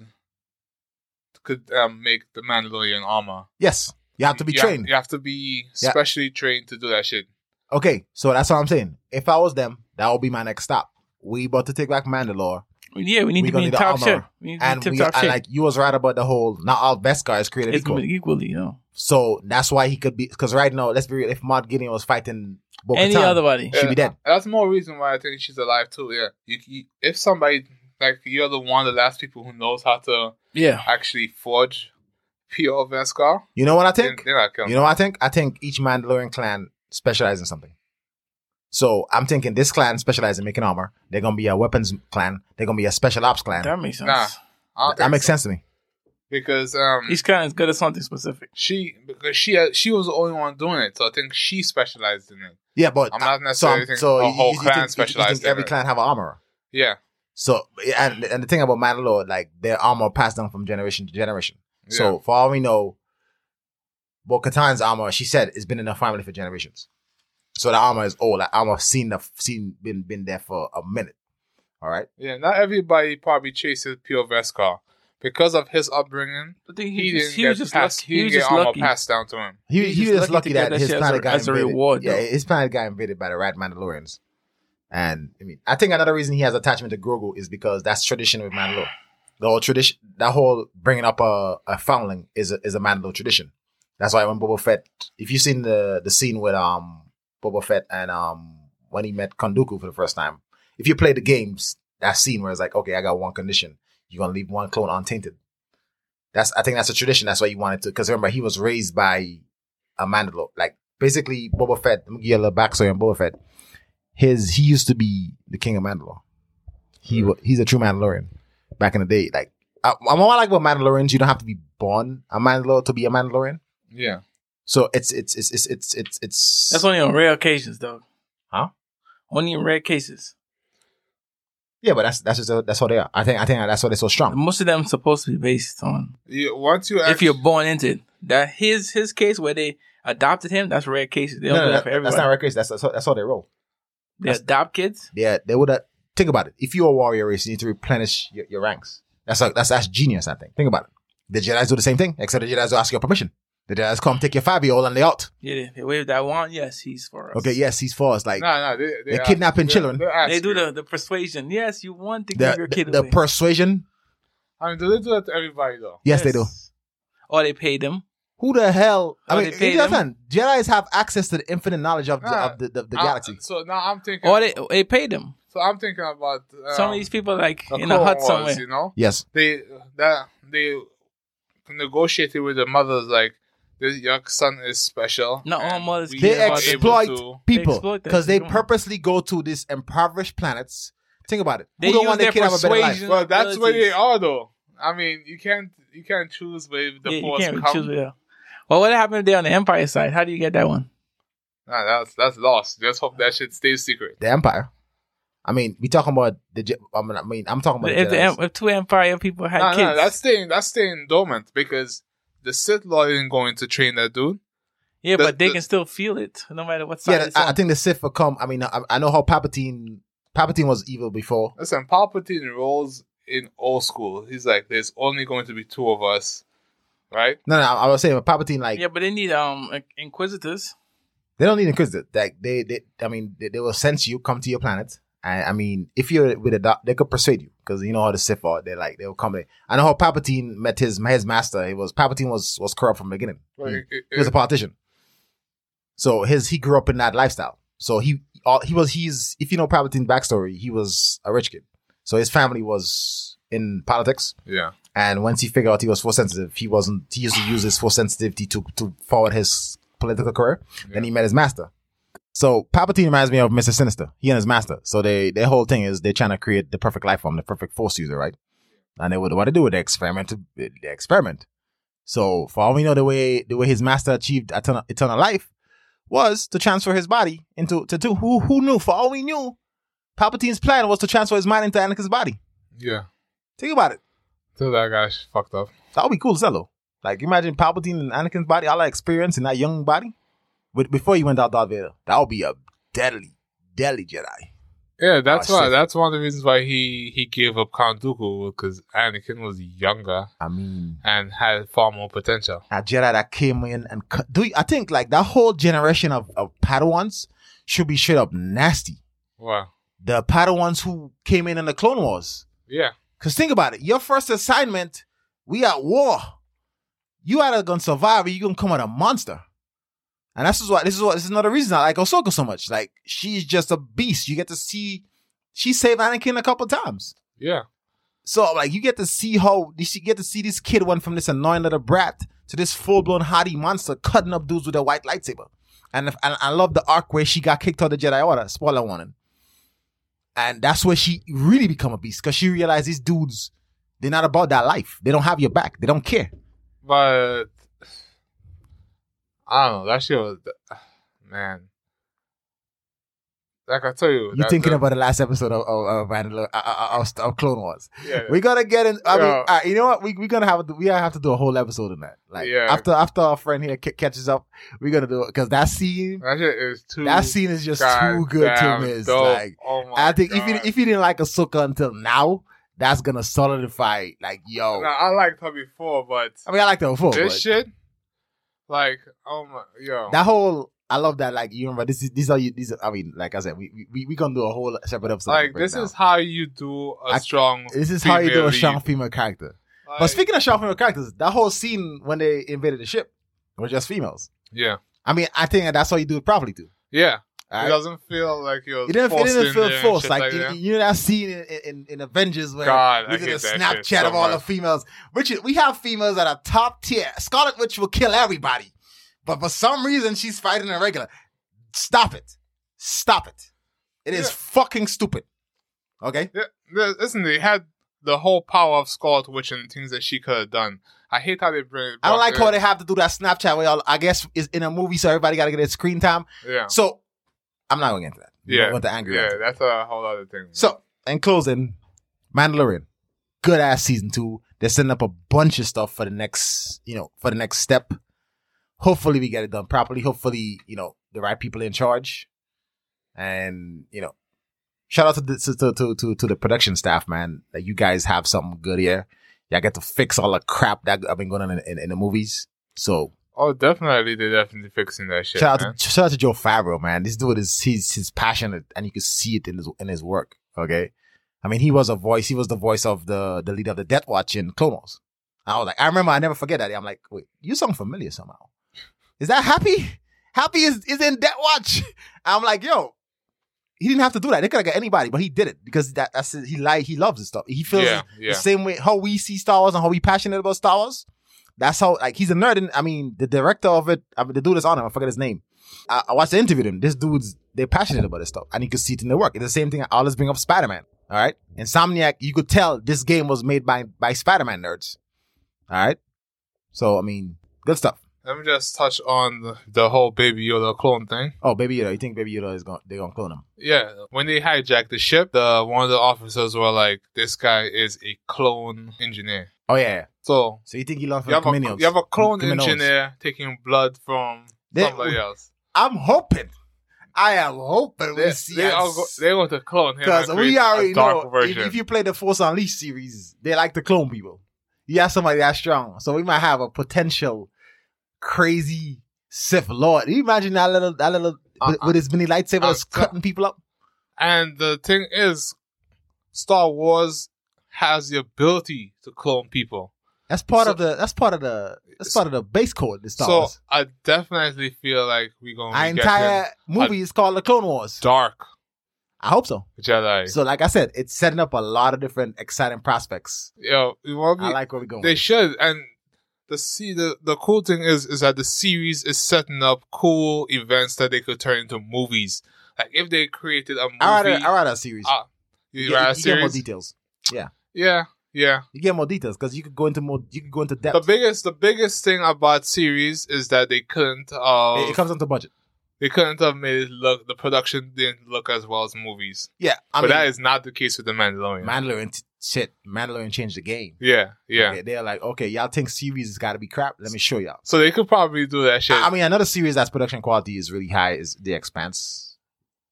Speaker 3: could um, make the Mandalorian armor.
Speaker 1: Yes, you have to be
Speaker 3: You
Speaker 1: trained.
Speaker 3: you have to be
Speaker 1: Yeah.
Speaker 3: specially trained to do that shit.
Speaker 1: Okay, so that's what I'm saying. If I was them, that would be my next stop. We about to take back Mandalore,
Speaker 2: Yeah, we need
Speaker 1: We
Speaker 2: to
Speaker 1: gonna
Speaker 2: be in
Speaker 1: need the
Speaker 2: top
Speaker 1: armor.
Speaker 2: shape. We need to
Speaker 1: and
Speaker 2: be in
Speaker 1: we,
Speaker 2: top
Speaker 1: I,
Speaker 2: shape.
Speaker 1: like you was right about the whole not all Beskar is created
Speaker 2: it's
Speaker 1: equal.
Speaker 2: gonna be equally, you know.
Speaker 1: So that's why he could be because right now, let's be real. If Mod Gideon was fighting Bo-Katan,
Speaker 2: Any other body.
Speaker 1: she'd be dead.
Speaker 3: And that's more reason why I think she's alive too. Yeah, you, you, if somebody like you're the one of the last people who knows how to
Speaker 2: Yeah.
Speaker 3: actually forge pure Vescar,
Speaker 1: You know what I
Speaker 3: then,
Speaker 1: think?
Speaker 3: then I can.
Speaker 1: You know what I think? I think each Mandalorian clan specializes in something. So I'm thinking this clan specializes in making armor. They're gonna be a weapons clan. They're gonna be a special ops clan.
Speaker 2: That makes sense.
Speaker 3: Nah. I
Speaker 1: that
Speaker 3: don't think
Speaker 1: makes
Speaker 3: so.
Speaker 1: sense to me.
Speaker 3: because um
Speaker 2: Each kind is good at something specific.
Speaker 3: she because she uh, she was the only one doing it, so I think she specialized in it.
Speaker 1: Yeah, but
Speaker 3: I'm not necessarily
Speaker 1: Ah, I'm-
Speaker 3: thinking a whole clan specialized in
Speaker 1: every
Speaker 3: it.
Speaker 1: clan have an armorer.
Speaker 3: Yeah,
Speaker 1: So and and the thing about Mandalore, like their armor passed down from generation to generation.
Speaker 3: yeah.
Speaker 1: So for all we know, Bo Katan's armor, she said, it's been in her family for generations. So the armor is old. That armor seen the seen been been there for a minute. All right.
Speaker 3: yeah, not everybody probably chases pure Vescar because of his upbringing.
Speaker 2: I think
Speaker 3: He,
Speaker 2: he,
Speaker 3: didn't
Speaker 2: just, he
Speaker 3: get
Speaker 2: was just
Speaker 3: passed,
Speaker 2: lucky.
Speaker 3: He,
Speaker 2: He was
Speaker 3: didn't
Speaker 2: just
Speaker 3: get armor
Speaker 2: lucky.
Speaker 3: passed down to him.
Speaker 1: He,
Speaker 2: He's
Speaker 1: he
Speaker 2: just
Speaker 1: was lucky
Speaker 2: lucky to get
Speaker 1: that,
Speaker 2: that
Speaker 1: his
Speaker 2: shit as
Speaker 1: planet
Speaker 2: a-
Speaker 1: got
Speaker 2: as a
Speaker 1: invaded.
Speaker 2: reward,
Speaker 1: Yeah,
Speaker 2: though.
Speaker 1: his planet got invaded by the Rat Mandalorians. And I mean, I think another reason he has attachment to Grogu is because that's tradition with Mandalore. The whole tradition, that whole bringing up a, a foundling is a, is a Mandalore tradition. That's why when Boba Fett, if you've seen the the scene with um Boba Fett and um when he met Konduku for the first time, if you play the games, that scene where it's like, okay, I got one condition, you're gonna leave one clone untainted. That's I think that's a tradition. That's why you wanted to, because remember he was raised by a Mandalore. Like basically, Boba Fett. Let me give you a little backstory on Boba Fett. His he used to be the king of Mandalore. He
Speaker 2: Hmm.
Speaker 1: wa- he's a true Mandalorian. Back in the day, like I, I'm all like about Mandalorians. You don't have to be born a Mandalore to be a Mandalorian.
Speaker 3: Yeah,
Speaker 1: So it's it's it's it's it's it's it's.
Speaker 2: That's only on rare occasions, dog.
Speaker 1: Huh?
Speaker 2: Only in rare cases.
Speaker 1: yeah, but that's that's just that's how they are. I think I think that's why they're so strong.
Speaker 2: Most of them supposed to be based on
Speaker 3: you, once you
Speaker 2: if
Speaker 3: actually-
Speaker 2: you're born into it. That his his case where they adopted him, that's rare cases. They
Speaker 1: No,
Speaker 2: don't
Speaker 1: no,
Speaker 2: do
Speaker 1: that-
Speaker 2: that for
Speaker 1: that's
Speaker 2: everybody.
Speaker 1: not reckless. That's that's how, that's how they roll.
Speaker 2: they adopt kids.
Speaker 1: Yeah, they would have. Think about it. If you're a warrior race, you need to replenish your, your ranks. That's like, that's that's genius. I think. Think about it. The Jedi's do the same thing, except the Jedi's will ask your permission. The Jedi's come take your five year old and they out.
Speaker 2: Yeah, they- they wave that wand. Yes, he's for us.
Speaker 1: Okay, yes, he's for us. Like
Speaker 3: no, no, they, they
Speaker 1: they're
Speaker 3: ask-
Speaker 1: kidnapping
Speaker 3: they-
Speaker 1: children.
Speaker 3: They, ask
Speaker 2: They do
Speaker 3: you.
Speaker 2: the, the persuasion. Yes, you want to
Speaker 1: the,
Speaker 2: give your
Speaker 1: the-
Speaker 2: kid
Speaker 1: the
Speaker 2: away.
Speaker 1: persuasion.
Speaker 3: I mean, do they do that to everybody though?
Speaker 1: Yes, they do.
Speaker 2: Or they pay them.
Speaker 1: Who the hell? I
Speaker 2: Oh,
Speaker 1: mean,
Speaker 2: they pay
Speaker 1: you understand? Jedi's have access to the infinite knowledge of the,
Speaker 3: Nah,
Speaker 1: of the, the, the
Speaker 3: I-
Speaker 2: uh,
Speaker 1: galaxy.
Speaker 3: so now I'm thinking.
Speaker 2: Or they they pay them.
Speaker 3: so I'm thinking about um,
Speaker 2: Some of these people like
Speaker 3: the
Speaker 2: in a
Speaker 3: Clone
Speaker 2: hut
Speaker 3: Wars,
Speaker 2: somewhere.
Speaker 3: You know,
Speaker 1: yes.
Speaker 3: they that they negotiated with the mothers like this your son is special.
Speaker 2: Not all
Speaker 3: and
Speaker 2: mothers
Speaker 3: we
Speaker 2: care
Speaker 1: They
Speaker 3: are
Speaker 2: about
Speaker 3: able
Speaker 1: exploit
Speaker 3: to-
Speaker 1: people
Speaker 2: exploit that.
Speaker 1: because they
Speaker 2: They don't-
Speaker 1: purposely go to these impoverished planets. Think about it.
Speaker 2: They
Speaker 1: Who don't
Speaker 2: use
Speaker 1: want their
Speaker 2: their
Speaker 1: kid to have a better life?
Speaker 2: persuasion.
Speaker 3: Well, that's where they
Speaker 2: abilities.
Speaker 3: are though. I mean, you can't you can't choose where the
Speaker 2: yeah, you
Speaker 3: force
Speaker 2: can't
Speaker 3: comes.
Speaker 2: choose with them. Well, what happened if they're on the Empire side? How do you get that one?
Speaker 3: Nah, that's that's lost. Just hope that shit stays secret.
Speaker 1: The Empire. I mean, we talking about the. Je- I mean, I mean, I'm talking about.
Speaker 2: If,
Speaker 1: the
Speaker 2: the,
Speaker 1: Jedis.
Speaker 2: em- if two Empire people had
Speaker 3: Nah,
Speaker 2: kids,
Speaker 3: nah, that's staying that's staying dormant because the Sith Lord isn't going to train that dude.
Speaker 2: yeah,
Speaker 3: the-
Speaker 2: but they
Speaker 3: the-
Speaker 2: can still feel it no matter what side.
Speaker 1: yeah,
Speaker 2: it's
Speaker 1: I, I
Speaker 2: on.
Speaker 1: think the Sith will come. I mean, I, I know how Palpatine. Palpatine was evil before.
Speaker 3: Listen, Palpatine rolls in old school. He's like, there's only going to be two of us, right?
Speaker 1: No, no, I was saying Palpatine. Like
Speaker 2: yeah, but they need um in- inquisitors.
Speaker 1: they don't need because like they, they, I mean, they, they will sense you come to your planet. I, I mean, if you're with a doc, they could persuade you because you know how the Sith are. They're like they'll come. There. I know how Palpatine met his his master. It was Palpatine was was corrupt from the beginning.
Speaker 3: Well, it- it-
Speaker 1: He was Hmm. a politician. So his he grew up in that lifestyle. So he all, he was he's if you know Palpatine's backstory, he was a rich kid. So his family was in politics.
Speaker 3: yeah.
Speaker 1: And once he figured out he was force sensitive, he wasn't. He used to use his force sensitivity to to forward his political career. Then he met his master. So Palpatine reminds me of Mister Sinister. He and his master. So they their whole thing is they're trying to create the perfect life form, the perfect force user, right? And they would what they do? They experiment. to- They experiment. So for all we know, the way the way his master achieved eternal, eternal life was to transfer his body into to, to who who knew? For all we knew, Palpatine's plan was to transfer his mind into Anakin's body.
Speaker 3: Yeah.
Speaker 1: Think about it.
Speaker 3: So that guy's fucked up.
Speaker 1: That would be cool, Zello. Like imagine Palpatine and Anakin's body, all that experience in that young body, but before he went out Darth Vader, that would be a deadly, deadly Jedi.
Speaker 3: Yeah, that's
Speaker 1: Oh,
Speaker 3: why.
Speaker 1: shit.
Speaker 3: That's one of the reasons why he he gave up Count Dooku because Anakin was younger
Speaker 1: I mean,
Speaker 3: and had far more potential.
Speaker 1: a Jedi that came in and cut. Do you- I think like that whole generation of, of Padawans should be straight up nasty.
Speaker 3: Wow.
Speaker 1: The Padawans who came in in the Clone Wars.
Speaker 3: Yeah.
Speaker 1: Cause think about it. Your first assignment, we at war. You either gonna survive or you gonna come out a monster. And this is why this is what this is another reason I like Ahsoka so much. Like she's just a beast. You get to see she saved Anakin a couple times.
Speaker 3: Yeah.
Speaker 1: So like you get to see how you get to see this kid went from this annoying little brat to this full blown hottie monster cutting up dudes with a white lightsaber. And, if, and I love the arc where she got kicked out of the Jedi Order. Spoiler warning. And that's where she really become a beast because she realized these dudes they're not about that life. They don't have your back. They don't care.
Speaker 3: But I don't know. That shit was man. Like I tell you,
Speaker 1: You're
Speaker 3: that-
Speaker 1: thanking
Speaker 3: that-
Speaker 1: about the last episode of of, of, of, uh, of, of Clone Wars.
Speaker 3: yeah,
Speaker 1: We're gonna get in. I mean,
Speaker 3: Yeah.
Speaker 1: alright, you know what? We we gonna have we gonna have to do a whole episode on that. Like
Speaker 3: Yeah.
Speaker 1: after after our friend here ca- catches up, we're gonna do it because that scene
Speaker 3: that shit is too.
Speaker 1: that scene is just too
Speaker 3: goddamn
Speaker 1: good to miss.
Speaker 3: dope.
Speaker 1: Like
Speaker 3: oh my
Speaker 1: I think if
Speaker 3: God.
Speaker 1: you if you didn't like Ahsoka until now, that's gonna solidify. Like yo,
Speaker 3: Nah, I liked her before, but
Speaker 1: I mean I liked her before.
Speaker 3: this
Speaker 1: but
Speaker 3: shit, like, oh my, yo,
Speaker 1: That whole I love that. Like you remember this is these are you these. Are, I mean, like I said, we we- we we gonna do a whole separate episode.
Speaker 3: like,
Speaker 1: right
Speaker 3: this
Speaker 1: now.
Speaker 3: is how you do a
Speaker 1: I-
Speaker 3: strong.
Speaker 1: this is how you do
Speaker 3: female
Speaker 1: a strong
Speaker 3: lead.
Speaker 1: female character.
Speaker 3: Like,
Speaker 1: But speaking of strong female characters, that whole scene when they invaded the ship was just females.
Speaker 3: yeah,
Speaker 1: I mean, I think that's how you do it properly too.
Speaker 3: yeah, it
Speaker 1: Alright?
Speaker 3: doesn't feel like you're.
Speaker 1: It didn't, it didn't feel forced. Like, you,
Speaker 3: that.
Speaker 1: you know that scene in, in, in Avengers where
Speaker 3: God, I
Speaker 1: we did a
Speaker 3: hate that
Speaker 1: Snapchat
Speaker 3: shit so
Speaker 1: of all the
Speaker 3: much.
Speaker 1: females. Richard, we have females that are top tier. Scarlet Witch will kill everybody, but for some reason she's fighting a regular. Stop it! Stop it! It is
Speaker 3: Yeah.
Speaker 1: fucking stupid. Okay,
Speaker 3: Yeah, li- listen, they had the whole power of Scarlet Witch and things that she could have done. I hate how they bring.
Speaker 1: I don't like how
Speaker 3: brought
Speaker 1: they have to do that Snapchat. Where all, I guess is in a movie, so everybody got to get their screen time. [laughs]
Speaker 3: it- Yeah,
Speaker 1: So I'm not going into that.
Speaker 3: Oh. Yeah.
Speaker 1: I want the angry.
Speaker 3: yeah,
Speaker 1: rant.
Speaker 3: that's a whole other thing.
Speaker 1: So in closing, Mandalorian, good ass season two. They're setting up a bunch of stuff for the next, you know, for the next step. Hopefully we get it done properly. Hopefully, you know, the right people in charge. And, you know, shout out to the, to, to, to, to the production staff, man. That you guys have something good here. Y'all get to fix all the crap that have been going on in, in, in the movies. So
Speaker 3: oh, definitely, they're definitely fixing that shit.
Speaker 1: shout
Speaker 3: man.
Speaker 1: out to shout out to Joe Favreau, man. This dude is he's he's passionate, and you can see it in his in his work. Okay, I mean, he was a voice. He was the voice of the the leader of the Death Watch in Clone Wars. I was like, I remember, I never forget that. I'm like, wait, you sound familiar somehow. Is that Happy? Happy is is in Death Watch. [laughs] I'm like, yo, he didn't have to do that. They could have got anybody, but he did it because that that's his- he like he loves this stuff. He feels
Speaker 3: yeah,
Speaker 1: the
Speaker 3: yeah,
Speaker 1: same way how we see Star Wars and how we passionate about Star Wars. That's how like he's a nerd. And I mean, the director of it, I mean, the dude is on him. I forget his name. I, I watched the interview with him. This dude's they're passionate about this stuff, and you can see it in their work. It's the same thing I always bring up Spider Man. All right, Insomniac, you could tell this game was made by by Spider Man nerds. All right, so I mean, good stuff.
Speaker 3: Let me just touch on the, the whole Baby Yoda clone thing.
Speaker 1: Oh, Baby Yoda, you think Baby Yoda is going? They're gonna clone him?
Speaker 3: Yeah, when they hijacked the ship, the one of the officers were like, "This guy is a clone engineer."
Speaker 1: Oh yeah. yeah.
Speaker 3: So
Speaker 1: So you think he learned from
Speaker 3: you have, a,
Speaker 1: Kaminoans?
Speaker 3: you have a clone
Speaker 1: Kaminoans.
Speaker 3: engineer taking blood from
Speaker 1: They-
Speaker 3: somebody else.
Speaker 1: I'm hoping. I am hoping
Speaker 3: They,
Speaker 1: we see.
Speaker 3: they,
Speaker 1: a
Speaker 3: are go, they want to clone him.
Speaker 1: Because
Speaker 3: and
Speaker 1: we
Speaker 3: create a
Speaker 1: already
Speaker 3: dark
Speaker 1: know if,
Speaker 3: version.
Speaker 1: if you play the Force Unleashed series, they like to clone people. You have somebody that's strong, so we might have a potential crazy Sith Lord. Can you imagine that little that little with,
Speaker 3: Uh-uh.
Speaker 1: with his mini lightsaber
Speaker 3: I'm
Speaker 1: that's
Speaker 3: tell-
Speaker 1: cutting people up?
Speaker 3: And the thing is, Star Wars has the ability to clone people.
Speaker 1: That's part
Speaker 3: So-
Speaker 1: of the that's part of the that's
Speaker 3: So-
Speaker 1: part of the base code. This Star
Speaker 3: So
Speaker 1: Wars.
Speaker 3: I definitely feel like we're going
Speaker 1: Our
Speaker 3: to get
Speaker 1: entire
Speaker 3: him
Speaker 1: movie is called the Clone Wars.
Speaker 3: dark
Speaker 1: I hope so.
Speaker 3: Jedi.
Speaker 1: So, like I said, it's setting up a lot of different exciting prospects.
Speaker 3: Yo, it won't
Speaker 1: I
Speaker 3: be
Speaker 1: like where we're going.
Speaker 3: They should. And the see the the cool thing is is that the series is setting up cool events that they could turn into movies. Like if they created a movie,
Speaker 1: I write a, I write a series.
Speaker 3: Ah, you
Speaker 1: you,
Speaker 3: write a
Speaker 1: get, you get more
Speaker 3: series.
Speaker 1: details.
Speaker 3: yeah, yeah.
Speaker 1: You get more details because you could go into more. You could go into depth.
Speaker 3: The biggest the biggest thing about series is that they couldn't uh
Speaker 1: It, it comes down to budget.
Speaker 3: they couldn't have made it look the production didn't look as well as movies.
Speaker 1: Yeah, I
Speaker 3: but that is not the case with the Mandalorian.
Speaker 1: mean, Mandalorian t- shit. Mandalorian changed the game.
Speaker 3: yeah, yeah.
Speaker 1: They, are like, okay, y'all think series has got to be crap? Let me show y'all.
Speaker 3: So they could probably do that shit.
Speaker 1: I, I mean, another series that's production quality is really high is The Expanse.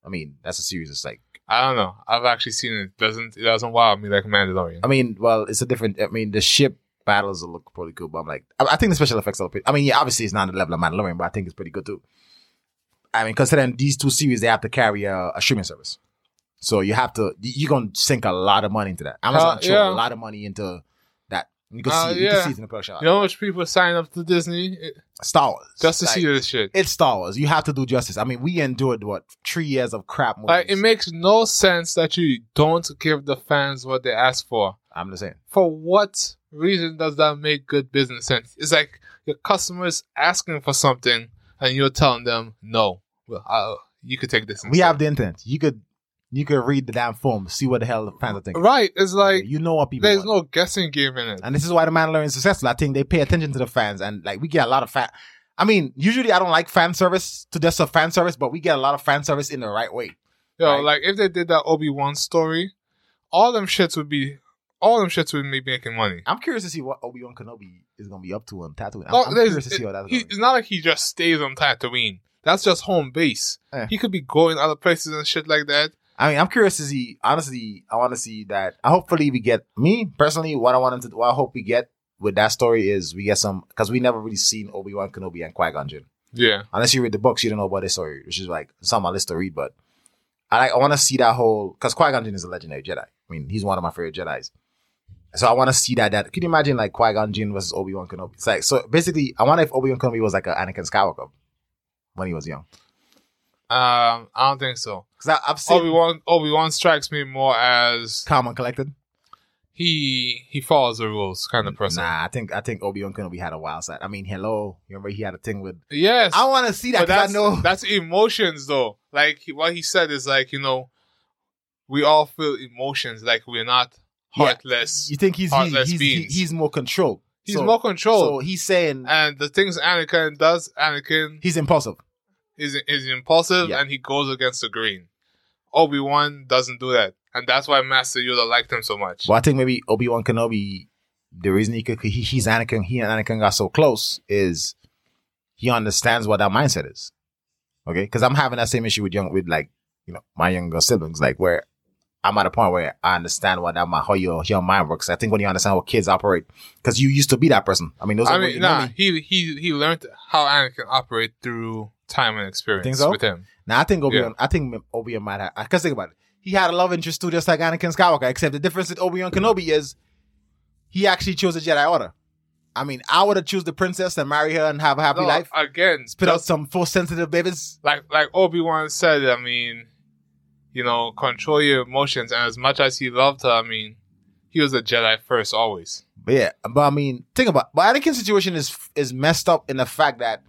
Speaker 1: I mean, that's a series that's like
Speaker 3: I don't know. I've actually seen it. Doesn't it doesn't wow me like Mandalorian.
Speaker 1: I mean, well, it's a different. I mean, the ship battles will look pretty cool, but I'm like, I, I think the special effects are. pretty- I mean, yeah, obviously it's not the level of Mandalorian, but I think it's pretty good too. I mean, considering these two series, they have to carry a, a streaming service, so you have to. you- You're gonna sink a lot of money into that. Amazon
Speaker 3: Uh,
Speaker 1: threw
Speaker 3: yeah.
Speaker 1: a lot of money into that. You can
Speaker 3: Uh,
Speaker 1: see, you can
Speaker 3: yeah.
Speaker 1: see it in the production.
Speaker 3: you know how much people sign up to Disney eh,
Speaker 1: Star Wars,
Speaker 3: just to
Speaker 1: Like,
Speaker 3: see this shit?
Speaker 1: It's Star Wars. You have to do justice. I mean, we endured what three years of crap movies.
Speaker 3: Like it makes no sense that you don't give the fans what they ask for.
Speaker 1: I'm just saying.
Speaker 3: For what reason does that make good business sense? It's like your customers asking for something and you're telling them no. Well, i you could take this.
Speaker 1: We have the intent. You could you could read the damn film, see what the hell the fans are thinking.
Speaker 3: right. It's like
Speaker 1: you know what people.
Speaker 3: there's
Speaker 1: want.
Speaker 3: no guessing game in it.
Speaker 1: And this is why the Mandalorian is successful. I think they pay attention to the fans, and like we get a lot of fan. I mean, usually I don't like fan service to just a fan service, but we get a lot of fan service in the right way.
Speaker 3: Yo,
Speaker 1: Right.
Speaker 3: like if they did that Obi Wan story, all them shits would be, all them shits would be making money.
Speaker 1: I'm curious to see what Obi Wan Kenobi is going to be up to on Tatooine. I'm,
Speaker 3: Oh,
Speaker 1: I'm
Speaker 3: there's-
Speaker 1: curious to see
Speaker 3: it-
Speaker 1: how that's
Speaker 3: he-
Speaker 1: going.
Speaker 3: It's not like he just stays on Tatooine. That's just home base.
Speaker 1: Yeah.
Speaker 3: He could be going other places and shit like that.
Speaker 1: I mean, I'm curious to see. Honestly, I want to see that. I hopefully we get me personally. What I want to, what I hope we get with that story is we get some because we never really seen Obi Wan Kenobi and Qui Gon Jinn.
Speaker 3: Yeah,
Speaker 1: unless you read the books, you don't know about this story, which is like it's on my list to read. But I like I want to see that whole because Qui Gon Jinn is a legendary Jedi. I mean, he's one of my favorite Jedi's. So I want to see that. That can you imagine like Qui Gon Jinn versus Obi Wan Kenobi? It's like so basically, I wonder if Obi Wan Kenobi was like an Anakin Skywalker when he was young.
Speaker 3: um, I don't think so.
Speaker 1: Because I've seen
Speaker 3: Obi Wan, Obi Wan strikes me more as
Speaker 1: calm and collected.
Speaker 3: he he follows the rules kind of person.
Speaker 1: Nah, I think I think Obi Wan Kenobi had a wild side. I mean, hello, you remember he had a thing with.
Speaker 3: Yes,
Speaker 1: I want to see that
Speaker 3: but
Speaker 1: 'cause I
Speaker 3: that's
Speaker 1: know.
Speaker 3: that's emotions though. Like he, what he said is like you know, we all feel emotions. Like we're not
Speaker 1: Yeah.
Speaker 3: heartless.
Speaker 1: you think he's he,
Speaker 3: Heartless
Speaker 1: he's, he,
Speaker 3: beings.
Speaker 1: he's more controlled.
Speaker 3: He's
Speaker 1: So-
Speaker 3: more controlled.
Speaker 1: So he's saying
Speaker 3: and the things Anakin does, Anakin
Speaker 1: he's impulsive.
Speaker 3: is is impulsive
Speaker 1: Yeah.
Speaker 3: and he goes against the grain. Obi Wan doesn't do that, and that's why Master Yoda liked him so much.
Speaker 1: Well, I think maybe Obi Wan Kenobi, the reason he could he, he's Anakin, he and Anakin got so close is he understands what that mindset is. Okay, because I'm having that same issue with young with like you know my younger siblings, like where I'm at a point where I understand what that my how your your mind works. I think when you understand how kids operate, because you used to be that person. I mean, those
Speaker 3: I
Speaker 1: are what
Speaker 3: mean,
Speaker 1: you
Speaker 3: nah,
Speaker 1: know me.
Speaker 3: he he he learned how Anakin operate through time and experience
Speaker 1: so?
Speaker 3: with him.
Speaker 1: Now I think Obi Wan, I think Obi Wan might have. Because think about it, he had a love interest too, just like Anakin Skywalker. Except the difference with Obi Wan Kenobi is he actually chose a Jedi Order. I mean, I would have choose the princess and marry her and have a happy
Speaker 3: No,
Speaker 1: life.
Speaker 3: again,
Speaker 1: Spit out
Speaker 3: just
Speaker 1: some force sensitive babies.
Speaker 3: like like Obi Wan said. I mean, you know, control your emotions, and as much as he loved her, I mean, he was a Jedi first always.
Speaker 1: But yeah, but I mean, think about. But Anakin's situation is is messed up in the fact that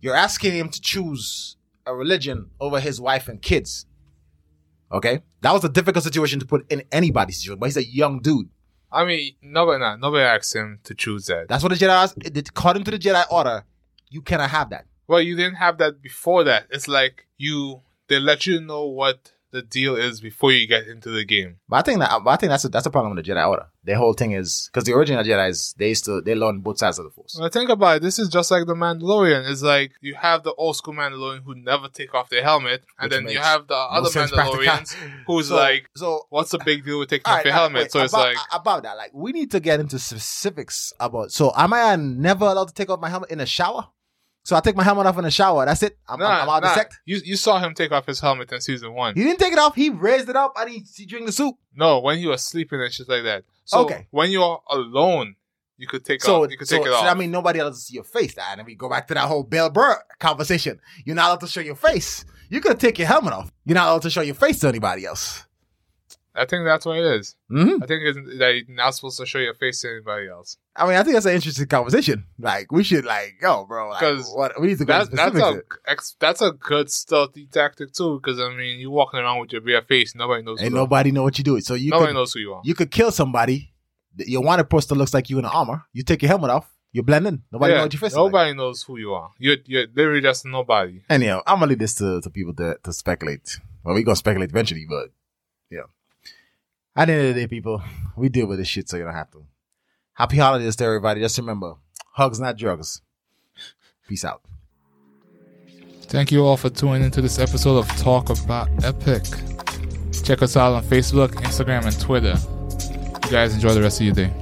Speaker 1: you're asking him to choose a religion over his wife and kids. Okay, that was a difficult situation to put in anybody's situation. But he's a young dude.
Speaker 3: I mean, nobody nah, nobody asked him to choose that.
Speaker 1: That's what the Jedi. According to the Jedi Order, you cannot have that.
Speaker 3: Well, you didn't have that before that. It's like you they let you know what the deal is before you get into the game.
Speaker 1: But I think that but I think that's a, that's a problem with the Jedi Order. The whole thing is because the original Jedi's they used to they learn both sides of the Force.
Speaker 3: When I think about it, this is just like the Mandalorian. It's like you have the old school Mandalorian who never take off their helmet, and
Speaker 1: Which
Speaker 3: then you
Speaker 1: makes
Speaker 3: have the
Speaker 1: No
Speaker 3: other
Speaker 1: sense [laughs]
Speaker 3: Mandalorians
Speaker 1: practical.
Speaker 3: who's
Speaker 1: So-
Speaker 3: like,
Speaker 1: so.
Speaker 3: "What's the big deal with taking
Speaker 1: all
Speaker 3: off
Speaker 1: right,
Speaker 3: your
Speaker 1: all right,
Speaker 3: helmet?"
Speaker 1: wait,
Speaker 3: so it's
Speaker 1: about,
Speaker 3: like,
Speaker 1: about that, like we need to get into specifics about. So am I never allowed to take off my helmet in a shower? So I take my helmet off in a shower. That's it. I'm,
Speaker 3: nah,
Speaker 1: I'm out of
Speaker 3: nah.
Speaker 1: the sect.
Speaker 3: You you saw him take off his helmet in season one.
Speaker 1: He didn't take it off. He raised it up and he, he drank the soup.
Speaker 3: No, when he was sleeping and shit like that. So
Speaker 1: Okay.
Speaker 3: when you're alone, you could take
Speaker 1: so,
Speaker 3: off. You could
Speaker 1: so,
Speaker 3: take it
Speaker 1: so
Speaker 3: off.
Speaker 1: that mean nobody else see your face. And then we go back to that whole Bill Burr conversation. You're not allowed to show your face. You could take your helmet off. You're not allowed to show your face to anybody else.
Speaker 3: I think that's what it is.
Speaker 1: hmm
Speaker 3: I think it's, that you're not supposed to show your face to anybody else.
Speaker 1: I mean, I think that's an interesting conversation. Like, we should like, yo, bro, like,
Speaker 3: 'Cause
Speaker 1: what we need to go
Speaker 3: That,
Speaker 1: into
Speaker 3: that's
Speaker 1: specifics.
Speaker 3: a ex, that's a good stealthy tactic too, because I mean, you're walking around with your bare face, nobody knows.
Speaker 1: Ain't
Speaker 3: who you are.
Speaker 1: nobody know what you do. So you
Speaker 3: nobody
Speaker 1: could
Speaker 3: knows who you are.
Speaker 1: you could kill somebody. Th- Your wanted poster looks like you in armor. You take your helmet off. You're blending. Nobody
Speaker 3: Yeah,
Speaker 1: knows what your face. is like.
Speaker 3: nobody knows who you are. You're you're literally just nobody.
Speaker 1: [laughs] Anyhow, I'm gonna leave this to, to people to, to speculate. Well, we gonna speculate eventually, but yeah. At the end of the day, people, we deal with this shit, so you don't have to. Happy holidays to everybody. Just remember, hugs not drugs. Peace out.
Speaker 3: Thank you all for tuning into this episode of Talk About Epic. Check us out on Facebook, Instagram, and Twitter. You guys enjoy the rest of your day.